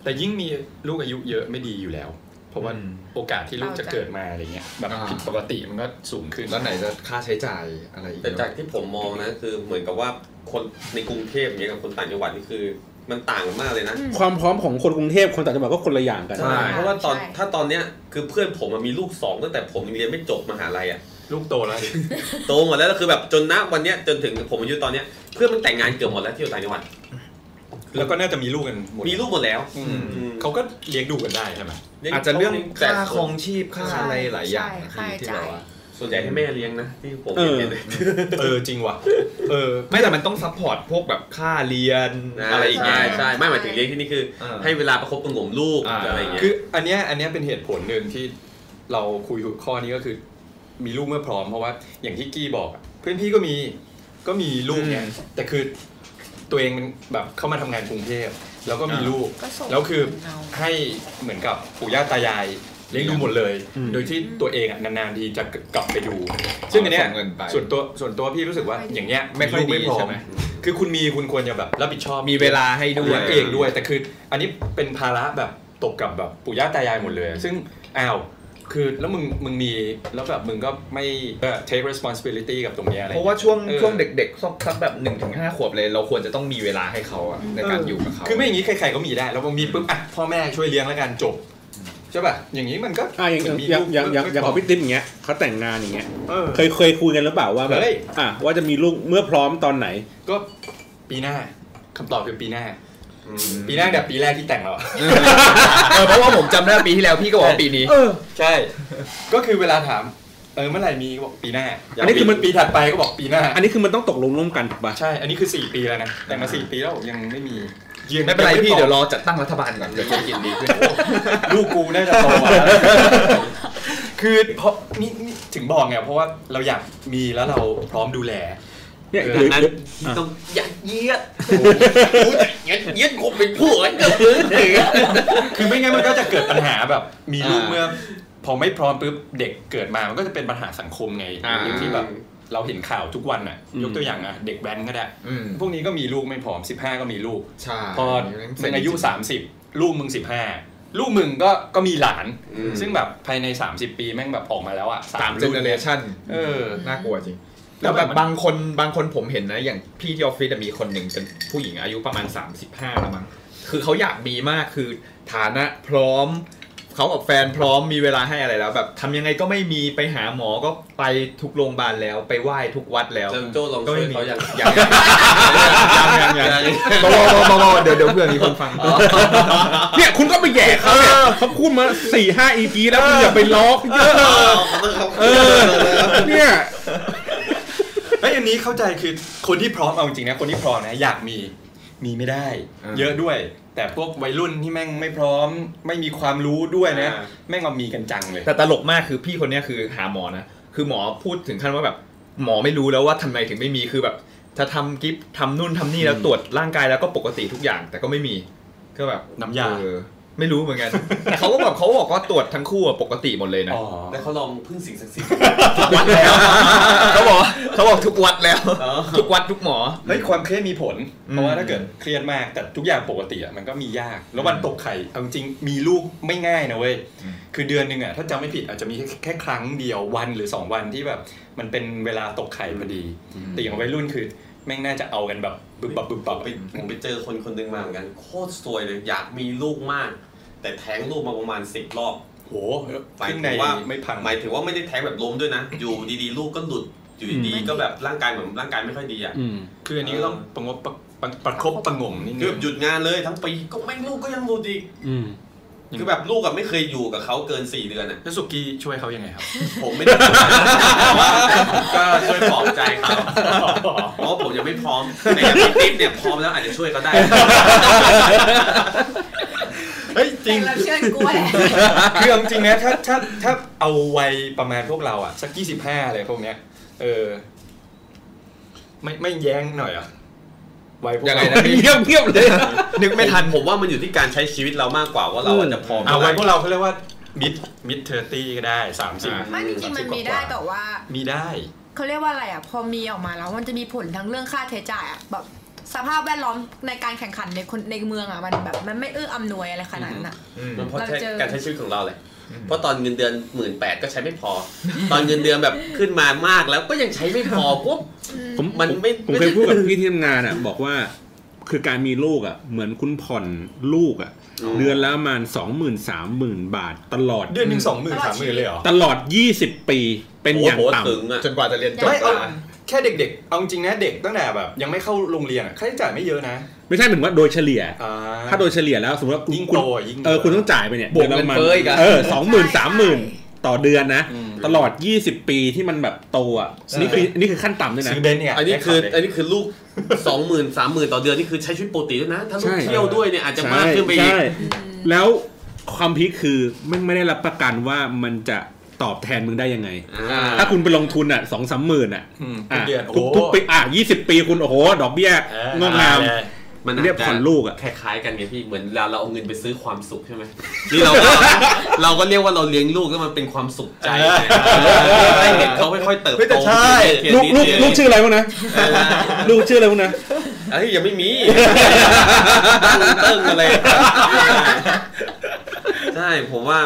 B: แต่ยิ่งมีลูกอายุเยอะไม่ดีอยู่แล้ว เพราะว่า
C: อืม
B: โอกาสที่ลูกจะเกิดมาอะไรเงี้ยแบบผิดปกติมันก็สูงขึ้น
C: แล้วไหนจะค่าใช้จ่ายอะไรอีก
F: แต่จากที่ผมมองนะคือเหมือนกับว่าคนในกรุงเทพเนี่ยกับคนต่างจังหวัดนี่คือมันต่างกันมากเลยนะ
E: อืม
D: ความพร้อมของคนกรุงเทพคนต่างจังหวัดก็คนละอย่างกัน
C: ใช่
F: เพราะว่าตอน
E: ใช่
F: ถ้าตอนเนี้ยคือเพื่อนผมมันมีลูกสองตั้งแต่ผมยังเรียนไม่จบมหาลัยอ่ะ
B: ลูกโตแล้วดิ
F: โตหมดแล้วแล้วคือแบบจนณวันเนี้ยจนถึงผมอายุตอนเนี้ยเพื่อนมันแต่งงานเกือบหมดแล้วที่อยู่ต่างจังหวัด
B: แล้วก็น่าจะมีลูกกันหมด
F: มีลูกหมดแล้ว
B: อืม
F: อืม
B: เขาก็เลี้ยงดูกันได้ใช่ไหม
C: อาจจะเรื่อง
F: แต่
C: ค่าครองชีพค่าอะไรหลายอย่างนะ
E: ใช่ใช่
C: ที่แบบว่า
F: ส่วนใหญ่ให้แม่เลี้ยงนะที่ผม
D: เออ
F: เห็นเลย
B: เออจริงว่ะ
C: เออไม่แต่มันต้องซัพพอร์ตพวกแบบค่าเรียน
F: อะ
C: อะไร ไร
F: อ
C: อ
F: า
C: ย่ย่าง
F: เงี้ย
C: งเงี้ย
F: ใช่ไม่หมายถึงเลี้ยงที่นี่คือ
C: เออ
F: ให้เวลาประคบประหงมลูก
C: อ่า
F: อะไรอย่างเงี้ย
B: คืออันเนี้ยอันเนี้ยเป็นเหตุผลหนึ่งที่เราคุยหัวข้อนี้ก็คือ มีลูกเมื่อพร้อมเพราะว่าอย่างที่กี้บอกอะเพื่อนพี่ก็มีก็มีลูกเนี่ยแต่คือตัวเองมันแบบเข้ามาทำงานกรุงเทพแล้วก็มีลูก
E: ก็ส่ง
B: แล้วคือ
E: เา
B: ให้เหมือนกับปู่ย่าตายายเลี้ยงดูหมดเลย
D: อืม
B: โดยที่ตัวเองอ่ะนานๆทีจะกลับไปดู ซึ่งอันเนี้ย
C: ส่งเงินไป
B: ส่วนตัวส่วนตัวพี่รู้สึกว่าอย่างเงี้ย
C: ไม่ค่อยดี
B: ลูกพร้
C: ใช่ไหม
B: คือคุณมีคุณควรจะแบบรับผิดชอบ
C: มีเวลาให้ด้ว
B: เลี้
C: ย
B: ยงเองด้วยแต่คืออันนี้เป็นภาระแบบตกกับแบบปู่ย่าตายายหมดเลย ซึ่งอ้าวคือแล้วมึงมึงมีแล้วแบบมึงก็ไม่เอ่อ take responsibility กับตรงเนี้ยอะไร
C: เพราะว่าช่วง
B: ออ
C: ช่วงเด็กๆสักสักแบบ1นถึงหขวบเลย เราควรจะต้องมีเวลาให้เขาอะในการอยู่กับเขา
B: คือไม่อย่างนี้ใครๆก็มีได้ แล้วมึงมีปุ๊บอ่ะพ่อแม่ช่วยเลี้ยงแล้วกันจบใช่ป่ะอย่างนี้มันก็
D: อ่าอย่าง
B: มี
D: อย่าง
B: ลูก
D: อย่างอย่างอย่างของ
B: ไม่
D: พี่ติ๊บอย่างเงี้ยเขาแต่งงานอย่างเงี้ย
B: เออ
D: เคยเคยคุยกันหรือเปล่าว่าแบบ
B: เฮ้ย
D: อ่ะว่าจะมีลูกเมื่อพร้อมตอนไหน
B: ก็ปีหน้าคำตอบคือปีหน้า
F: ม
B: ปีหน้าแบบปีแรกที่แต่งเรา
C: เออเพราะว่าผมจำได้ปีที่แล้วพี่ก็บอกว่าปีนี้
D: เออ
B: ใช่ ก็คือเวลาถาม เออเมื่อไหร่มีก็บอกปีหน้า
D: อันนี้คือมัน
B: ปีถัดไปก็บอกปีหน้า
D: อันนี้คือมันต้องตกลงร่วมกันถูกป่ะ
B: ใช่ อันนี้คือ 4 ปีแล้วนะ แต่งมา 4 ปีแล้วยังไม่มี
C: ไม่เป็นไรพี่เดี๋ยวรอ จัดตั้งรัฐบาลก่อนเดี๋ยวจะกินดีขึ้น
B: ลูกกูน่าจะโตกว่าแล้วคือเพราะนี่นี่ถึงบอกไง เพราะว่าเราอยากมีแล้วเราพร้อมดูแล
D: เนี่ย
B: เออ
D: หรือ
F: นั้น
D: หรือ
F: ต้องยัดเยียดกูจะยัดเยียดผมเป็นผัวกับมือถือ
B: คือไม่งั้นมันก็จะเกิดปัญหาแบบ มีลูก
C: อ่า
B: เมื่อ พอไม่พร้อมปุ๊บเด็กเกิดมามันก็จะเป็นปัญหาสังคมไง
C: อ่า
B: อย่างที่แบบเราเห็นข่าวทุกวันอ่ะ ยกตัวอย่างอ่ะเด็กแว้นก็ได้
C: อืม
B: พวกนี้ก็มีลูกไม่พร้อม 15 ก็มีลูก
C: ใช่
B: พอมึงอายุ 30 ลูกมึง 15 ลูกมึงก็ก็มีหลาน
F: อืม
B: ซึ่งแบบภายใน 30 ปีแม่งแบบออกมาแล้วอ่ะ
C: สามเจ
B: รุ่
C: เนอเรชั่น
B: เออ
C: น่ากลัวจริง
B: แล้
C: แล้ว ว
B: แบ
C: แบบ บางคนบางคนผมเห็นนะ อย่างพี่ที่ออฟฟิศอะมีคนหนึ่งเป็นผู้หญิงอายุประมาณ 35 แล้วมั้งคือเขาอยากมีมากคือฐานะพร้อม เขากับแฟนพร้อมมีเวลาให้อะไรแล้ว แบบทำยังไงก็ไม่มีไปหาหมอก็ไปทุกโรงพยาบาลแล้วไปไหว้ทุกวัดแล้ว
F: แล้วโจ้ลอง
C: ก็
F: เชิญ
C: ไม่มี
F: เขายัง
C: อย่างอย่างอย่างอย่างบอบอบอบเดี๋ยวเดี๋ยวเพื่อนมีคนฟัง
D: เนี่ยคุณก็ไปแย่เขาเนี่ยเขาพูดมาสี่ห้า EP แล้วคุณอย่าไปล้อเขาเยอะเออเนี่ย
B: แล้วอันนี้เข้าใจคือคนที่พร้อมเอาจริงๆนะคนที่พร้อมนะอยากมีมีไม่ได้
C: อ่า
B: เยอะด้วย แต่พวกวัยรุ่นที่แม่งไม่พร้อม ไม่มีความรู้ด้วยนะ
F: อ่า
B: แม่งเอามีกันจังเลย
C: แต่ตลกมากคือพี่คนเนี้ยคือหาหมอนะ คือหมอพูดถึงขั้นว่าแบบหมอไม่รู้แล้วว่าทำไมถึงไม่มีคือแบบจะทำกิฟทำนู่นทำนี่แล้วตรวจร่างกายแล้วก็ปกติทุกอย่าง แต่ก็ไม่มี ก็แบบ
B: น้ำยา
C: เออ ไม่รู้เหมือนกัน แต่เขาก็บอกเขาบอกว่าตรวจทั้งคู่อะปกติหมดเลยนะ
B: อ๋อ
F: แล้วเขาลองพึ่งสิ่งศักดิ์สิทธิ์
C: เขาบอกเขาบอกทุกวัดแล้ว
F: อ๋อ
C: ทุกวัดทุกหมอ
B: เฮ้ยความเครียดมีผล
C: อืม
B: เพราะว่าถ้าเกิดเครียดมากแต่ทุกอย่างปกติอะมันก็มียาก แล้ววันตกไข่เอาจริงๆมีลูกไม่ง่ายนะเว้ย คือเดือนหนึ่งอะถ้าจำไม่ผิดอาจจะมีแค่แค่ครั้งเดียววันหรือ 2 วันที่แบบ มันเป็นเวลาตกไข่พอดี แต่อย่างวัยรุ่นคือแม่งน่าจะเอากันแบบบึบบับบึบบับ
F: ไปผมไปเจอคนคนหนึ่งมาเหมือนกัน โคตรซวยเลยอยากมีลูกมาก แต่แท้งลูกมาประมาณสิบรอบ
B: โหขึ้น
F: ห
B: ใน
F: มายถึงว่า
B: ไม่พัง
F: หมายถึงว่าไม่ได้แท้งแบบล้มด้วยนะ อยู่ดีๆ ลูกก็หลุดอยู่ดีๆก็แบบร่างกายเหมือนร่างกายไม่ค่อยดีอ่ะ
D: อืม
B: คืออันนี้ก็ต้องประงบประประประคบประหงมนิด
F: คือ
B: นึ
F: แบ
B: ง
F: บหยุดงานเลยทั้งปีก็แม่งลูกก็ยังหลุดอีก
D: อืม
F: คือแบบลูกอะไม่เคยอยู่กับเขาเกินสี่เดือนอ่ะ
B: แล้วสุกี้ช่วยเขายังไงครับ
F: ผมไม่ได้ ก็ช่วยปลอบใจเขาเพราะว่าผมยังไม่พร้อมแต่ยังมีติ๊บเนี่ยพร้อมแล้วอาจจะช่วยเขาได้
B: เฮ้ยจริง
E: แขกรับเชิญกูแหละ
B: คือเอาจริงนะถ้าถ้าถ้าเอาวัยประมาณพวกเราอะสักยี่สิบห้าอะไรพวกเนี้ย เออ ไม่ไม่แย้งหน่อยเหรอ่ะวัยพวก
C: ยังไง
B: เรา
C: นะเงียบเงียบเลย นึกไม่ทัน
F: ผมว่ามันอยู่ที่การใช้ชีวิตเรามากกว่าว่าเราอาจจะพร้อม
B: เอา
F: เท่าไห
B: วั
F: ร่
B: ยพวกเราเขาเรียกว่ามิดมิดเทอร์ตี้ก็ได้สามสิบ
C: อ่า
E: ไม่จริงๆมันมีได้แต่ว่า
B: มีได้
E: เขาเรียกว่าอะไรอ่ะ พอมีออกมาแล้วมันจะมีผลทั้งเรื่องค่าใช้จ่ายอ่ะแบบสภาพแวดล้อมในการแข่งขันในคนในเมืองอ่ะมันแบบมันไม่เอื้ออำนวยอะไรขนาดนั้นอ่ะ
C: อืม
F: มันเพราะใช้
E: เราเจอ
F: การใช้ชีวิตของเราแหละ เพราะตอนเงินเดือนหมื่นแปดก็ใช้ไม่พอ ตอนเงินเดือนแบบขึ้นมามากแล้วก็ยังใช้ไม่พอปุ๊บ
D: ผม
F: มันไม่
D: ผมเคยพูดกับพี่ที่ทำงานอ่ะ บอกว่าคือการมีลูกอ่ะ เหมือนคุณผ่อนลูกอ่ะ
F: อ๋อ
D: เดือนละประมาณสองหมื่นสามหมื่นบาทตลอด
B: เดือนหนึ่งสองหมื่นสามหมื่นเลยเหรอ
D: ตลอดยี่สิบปีเป็นอย่าง
F: โโห
D: ต่ำ
F: ถึงอะ
C: จนกว่าจะเรียนจบ
B: ไม่เอา
C: มา
B: แค่เด็กๆ เอาจริงนะเด็กตั้งแต่แบบ ยังไม่เข้าโรงเรียนอะค่าใช้จ่ายไม่เยอะนะ
D: ไม่ใช่เหมือนว่าโดยเฉลี่ย
B: อ่า
D: ถ้าโดยเฉลี่ยแล้ว สมมติว่าคุณ
B: ยิ่ง
D: คุณ
B: โตอะยิ่ง
D: เออคุณต้องจ่ายไปเนี่ย
C: บวกเงินเฟ้ออีกอะ
D: เออสองหมื่นสามหมื่น
E: ใช่
D: ต่อเดือนนะ
B: อืม
D: ตลอด 20 ปีที่มันแบบโตอ่ะนี่คือนี่คือขั้นต่ำด้วยนะ
B: ซื้อเบนซ์เนี่ย
F: อันนี้คือ
B: ได้ขับ
F: อั
B: เลย
F: นนี้คือลูก สองหมื่นสามหมื่นต่อเดือนนี่คือใช้ชีวิตปกติด้วยนะ ถ้าลูก
D: ใช่
F: เที่ยวด้วยเนี่ยอาจจะมากขึ้นไปอีก
D: ใช่แล้วความพีคคือไม่ไม่ได้รับประกันว่ามันจะตอบแทนมึงได้ยังไง
F: อ่า
D: ถ้าคุณไปลงทุนอ่ะสองสามหมื่นอ่ะ
B: อืม
D: อ่ะ
B: เดือน
D: ทุก
B: โอ้
D: ทุกปีอ่ะยี่สิบปีคุณโอ้โห ดอกเบี้ย
B: เออง
D: อกงาม
B: ได้
F: มัน
D: เรียกผ่อนลูกอะ
F: คล้ายๆกันไงพี่เหมือนเราเราเอาเงินไปซื้อความสุขใช่ไหมนี่เราก็ เราก็เรียกว่าเราเลี้ยงลูกแล้วมันเป็นความสุขใจไงได้เห็นเขาค่อยๆเติบ
B: เฮ้ย
F: โต
B: แต่ใช่
F: เรียน
D: ลูก
F: ดี
D: ลูกลูกชื่ออะไรวะนะ
F: เออ
D: ลูกชื่ออะไรวะนะ
F: เอ้ยยังไม่มีตั้งเติ้งอะไรใช่ผมว่า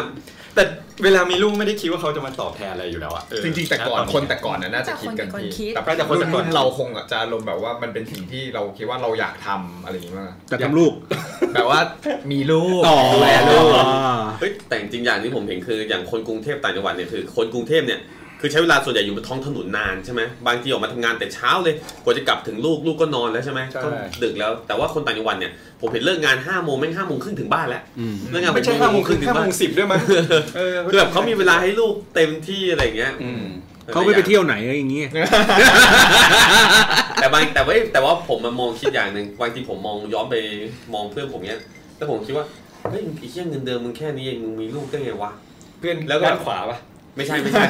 B: แต่เวลามีลูกไม่ได้คิดว่าเขาจะมาตอบแทนอะไรอยู่แล้วอะเออ
C: จริงๆแต่ก่อน
B: ณ
C: คนแต่ก่อนน่ะน่าจะคิดกัน
E: แต่คนแต่ก่อนคิ
C: ที
E: ด
C: แต่แต่คนแต่ก่อนเราคงอาจจะอารมณ์แบบว่ามันเป็นสิ่งที่เราคิดว่าเราอยากทำอะไรอย่างเงี้ยมาก
D: จะทำลูก
C: แบบว่ามีลูก
D: ต่อ
C: ดูแล
D: แล้
C: ลู
D: ว
C: ก
F: เฮ้ยแต่จริงๆอย่างที่ผมเห็นคืออย่างคนกรุงเทพต่างจังหวัดเนี่ยคือคนกรุงเทพเนี่ยคือใช้เวลาส่วนใหญ่อยู่บนท้องถนนนานใช่ไหมบางทีออกมาทำงานแต่เช้าเลยกว่าจะกลับถึงลูกลูกก็นอนแล้วใช่ไหม
B: ใช่
F: ก็ดึกแล้วแต่ว่าคนต่างจังหวัดเนี่ยผมเห็นเลิกงาน5้าโมงแม่งห้าโมงครึ่งถึงบ้านแล้ว
D: อืม
F: เลิกงาน
B: ไม่ใช่ห้าโมงครึ่ง
F: ถึ
B: ห้าง
F: บ้า
B: โม
F: น
B: งสิบด้วยมั้งเออ
F: คือแบบเขามีเวลาให้ลูกเต็มที่อะไรอย่างเงี้ย
B: อืม
D: เขาไม่ไปเที่ยวไหนอะไรอย่างเงี้ย
F: แต่บางแต่ว่าแต่ว่าผมมามองคิดอย่างหนึ่งบางทีผมมองย้อนไปมองเพื่อนผมเนี่ยแล้วผมคิดว่าเฮ้ยไอ้เชี่ยเงินเดือนมึงแค่นี้เองมึงมีลูกได้ไงวะ
B: เพื่อน
F: แล้วก็
B: ด้านขวาปะ
F: ไม่ใช่ไม่ใช่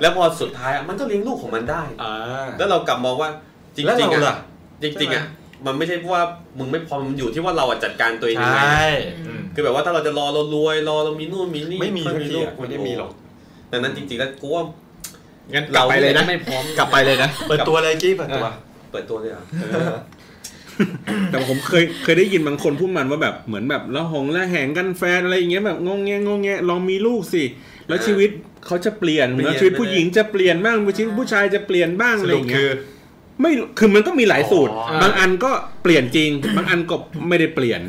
F: แล้วพอสุดท้ายอะมันก็เลี้ยงลูกของมันได้
B: อ่า
F: แล้วเรากลับมองว่าจริง
B: แล้ว
F: จริง
B: เราล่ะ
F: อ่ะจริงๆอ่ะมันไม่ใช่ว่ามึงไม่พอมันอยู่ที่ว่าเราอะจัดการตัวเอง
B: ใช
F: ยังไง่ คือแบบว่าถ้าเราจะรอเรารวยรอเรามีนู่นมีนี่
B: ไม่มี
F: ค่อย
B: สักที
F: ลู
B: อะไม่ได้มีหรอก
F: ดังนั้นจริงๆแล้วกูว่า
C: งั้นกลั
F: เรา
C: บไปเลยนะ
F: ไม่พร้อม
C: กลับไปเลยนะ
B: เปิดตัวเลยกี้เปิดตัว
F: เปิดตัวเลยอ่ะ
D: แต่ผมเคยเคยได้ยินบางคนพูดมันว่าแบบเหมือนแบบละหองละแหงกันแฟนอะไรอย่างเงี้ยแบบงงแงงงแงลองมีลูกสิ แล้วชีวิตเขาจะเปลี่ยนแล้วชีวิตผู้หญิงจะเปลี่ยนบ้างชีวิตผู้ชายจะเปลี่ยนบ้าง
B: ส
D: อะไร
B: รุ
D: อ
B: ป
D: ย่าง
B: คื
D: เงี้ย
B: อ
D: ไม่คือมันก็มีหลายสูตร
B: อ๋อ
D: บางอันก็เปลี่ยนจริง บางอันก็ไม่ได้เปลี่ยน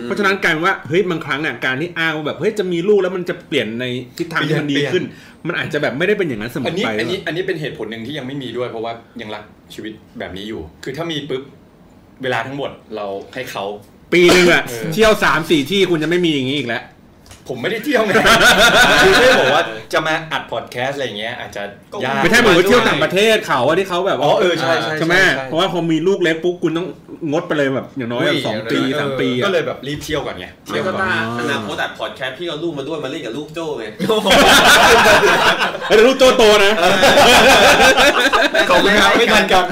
D: เพราะฉะนั้นกลารว่าเฮ้ยบางครั้งเนี่ยการที่อ้างว่าแบบเฮ้ยจะมีลูกแล้วมันจะเปลี่ยนในทิศทางที่มันดีขึ้น มันอาจจะแบบไม่ได้เป็นอย่างนั้นเสม
B: อั
D: อน
B: นี้
D: ไป
B: อันนี้อันนี้เป็นเหตุผลหนึ่งที่ยังไม่มีด้วยเพราะว่ายังรักชีวิตแบบนี้อยู่ คือถ้ามีปุ๊บเวลาทั้งหมดเราให้เขา
D: ปีหนึ่งอะ
B: เออ
D: เที่ยวสามสี่ที่คุณจะไม่มีอย่างนี้อีกแล้ว
B: ผมไม่ได้เที่ยว ไง คือไม่ได้บอกว่าจะมาอัดพอดแคสต์อะไรอย่างเงี้ยอาจจะยาก
D: ไม่ใช่เหมือนว่าเที่ยวต่างประเทศเขาอะที่เขาแบบ
B: อ๋อเออใช่ใช่
D: ใช่ไหม
B: ใช่ใช่
D: เพราะว่าพอมีลูกเล็กปุ๊บคุณต้องงดไปเลยแบบอย่างน้อยอะ
C: อุ้ย
D: สองปี
C: อย่างน้อย
D: สามปี
B: ก็
D: อะ
B: เลยแบบรีบเที่ยวก่อนไงเที่
F: แล้
B: ยว
F: ว
B: ก่
F: ก็
B: อน
F: ถ้าอนาคตอัดพอดแคสต์พี่เอาลูกมาด้วยมาเล่นกับลูกโจ้ไง
D: เฮ้ยแต่ลูกโตโตนะ
C: ขอบคุณครับ
B: ไม่ทันกัน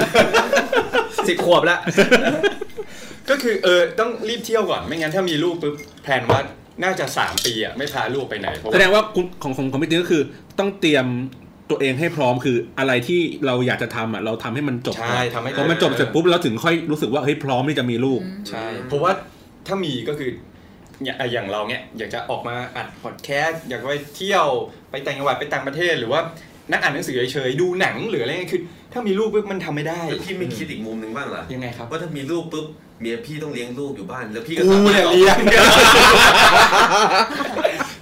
C: สิบขวบละ
B: ก็คือเออต้องรีบเที่ยวก่อนไม่งั้นถ้ามีลูกปุ๊บแผนว่าน่าจะสามปีอ่ะไม่พาลูกไปไหนเพราะ
D: แส
B: ว่า
D: ดงว่าคุณของของของพี่ติ๊กก็คือ ต้องเตรียมตัวเองให้พร้อมคืออะไรที่เราอยากจะทำอ่ะเราทำให้มันจบ
B: ใช่ทำให้
D: พอมันจบเสร็จปุ๊บเราถึงค่อยรู้สึกว่าเฮ้ยพร้อมที่จะมีลูก
B: ใช่เพราะว่าถ้ามีก็คือเนี่ยอ่ะอย่างเราเนี่ยอยากจะออกมาอัดพอดแคสต์อยากไปเที่ยวไปต่างจังหวัดไปต่างประเทศ หรือว่านั่งอ่านหนังสือเฉยๆดูหนังหรืออะไรเงี้ยคือ ถ้ามีลูกปุ๊บมันทำไม่ได้
F: แต่พี่ไม่คิดอีกมุมหนึ่งบ้างเหรอ
B: ยังไงครับ
F: ว่าถ้ามีลูกปุ๊บเมียพี่ต้องเลี้ยงลูกอยู่บ้านแล้วพี่ก็
B: กูเนี่ยเลี้ยง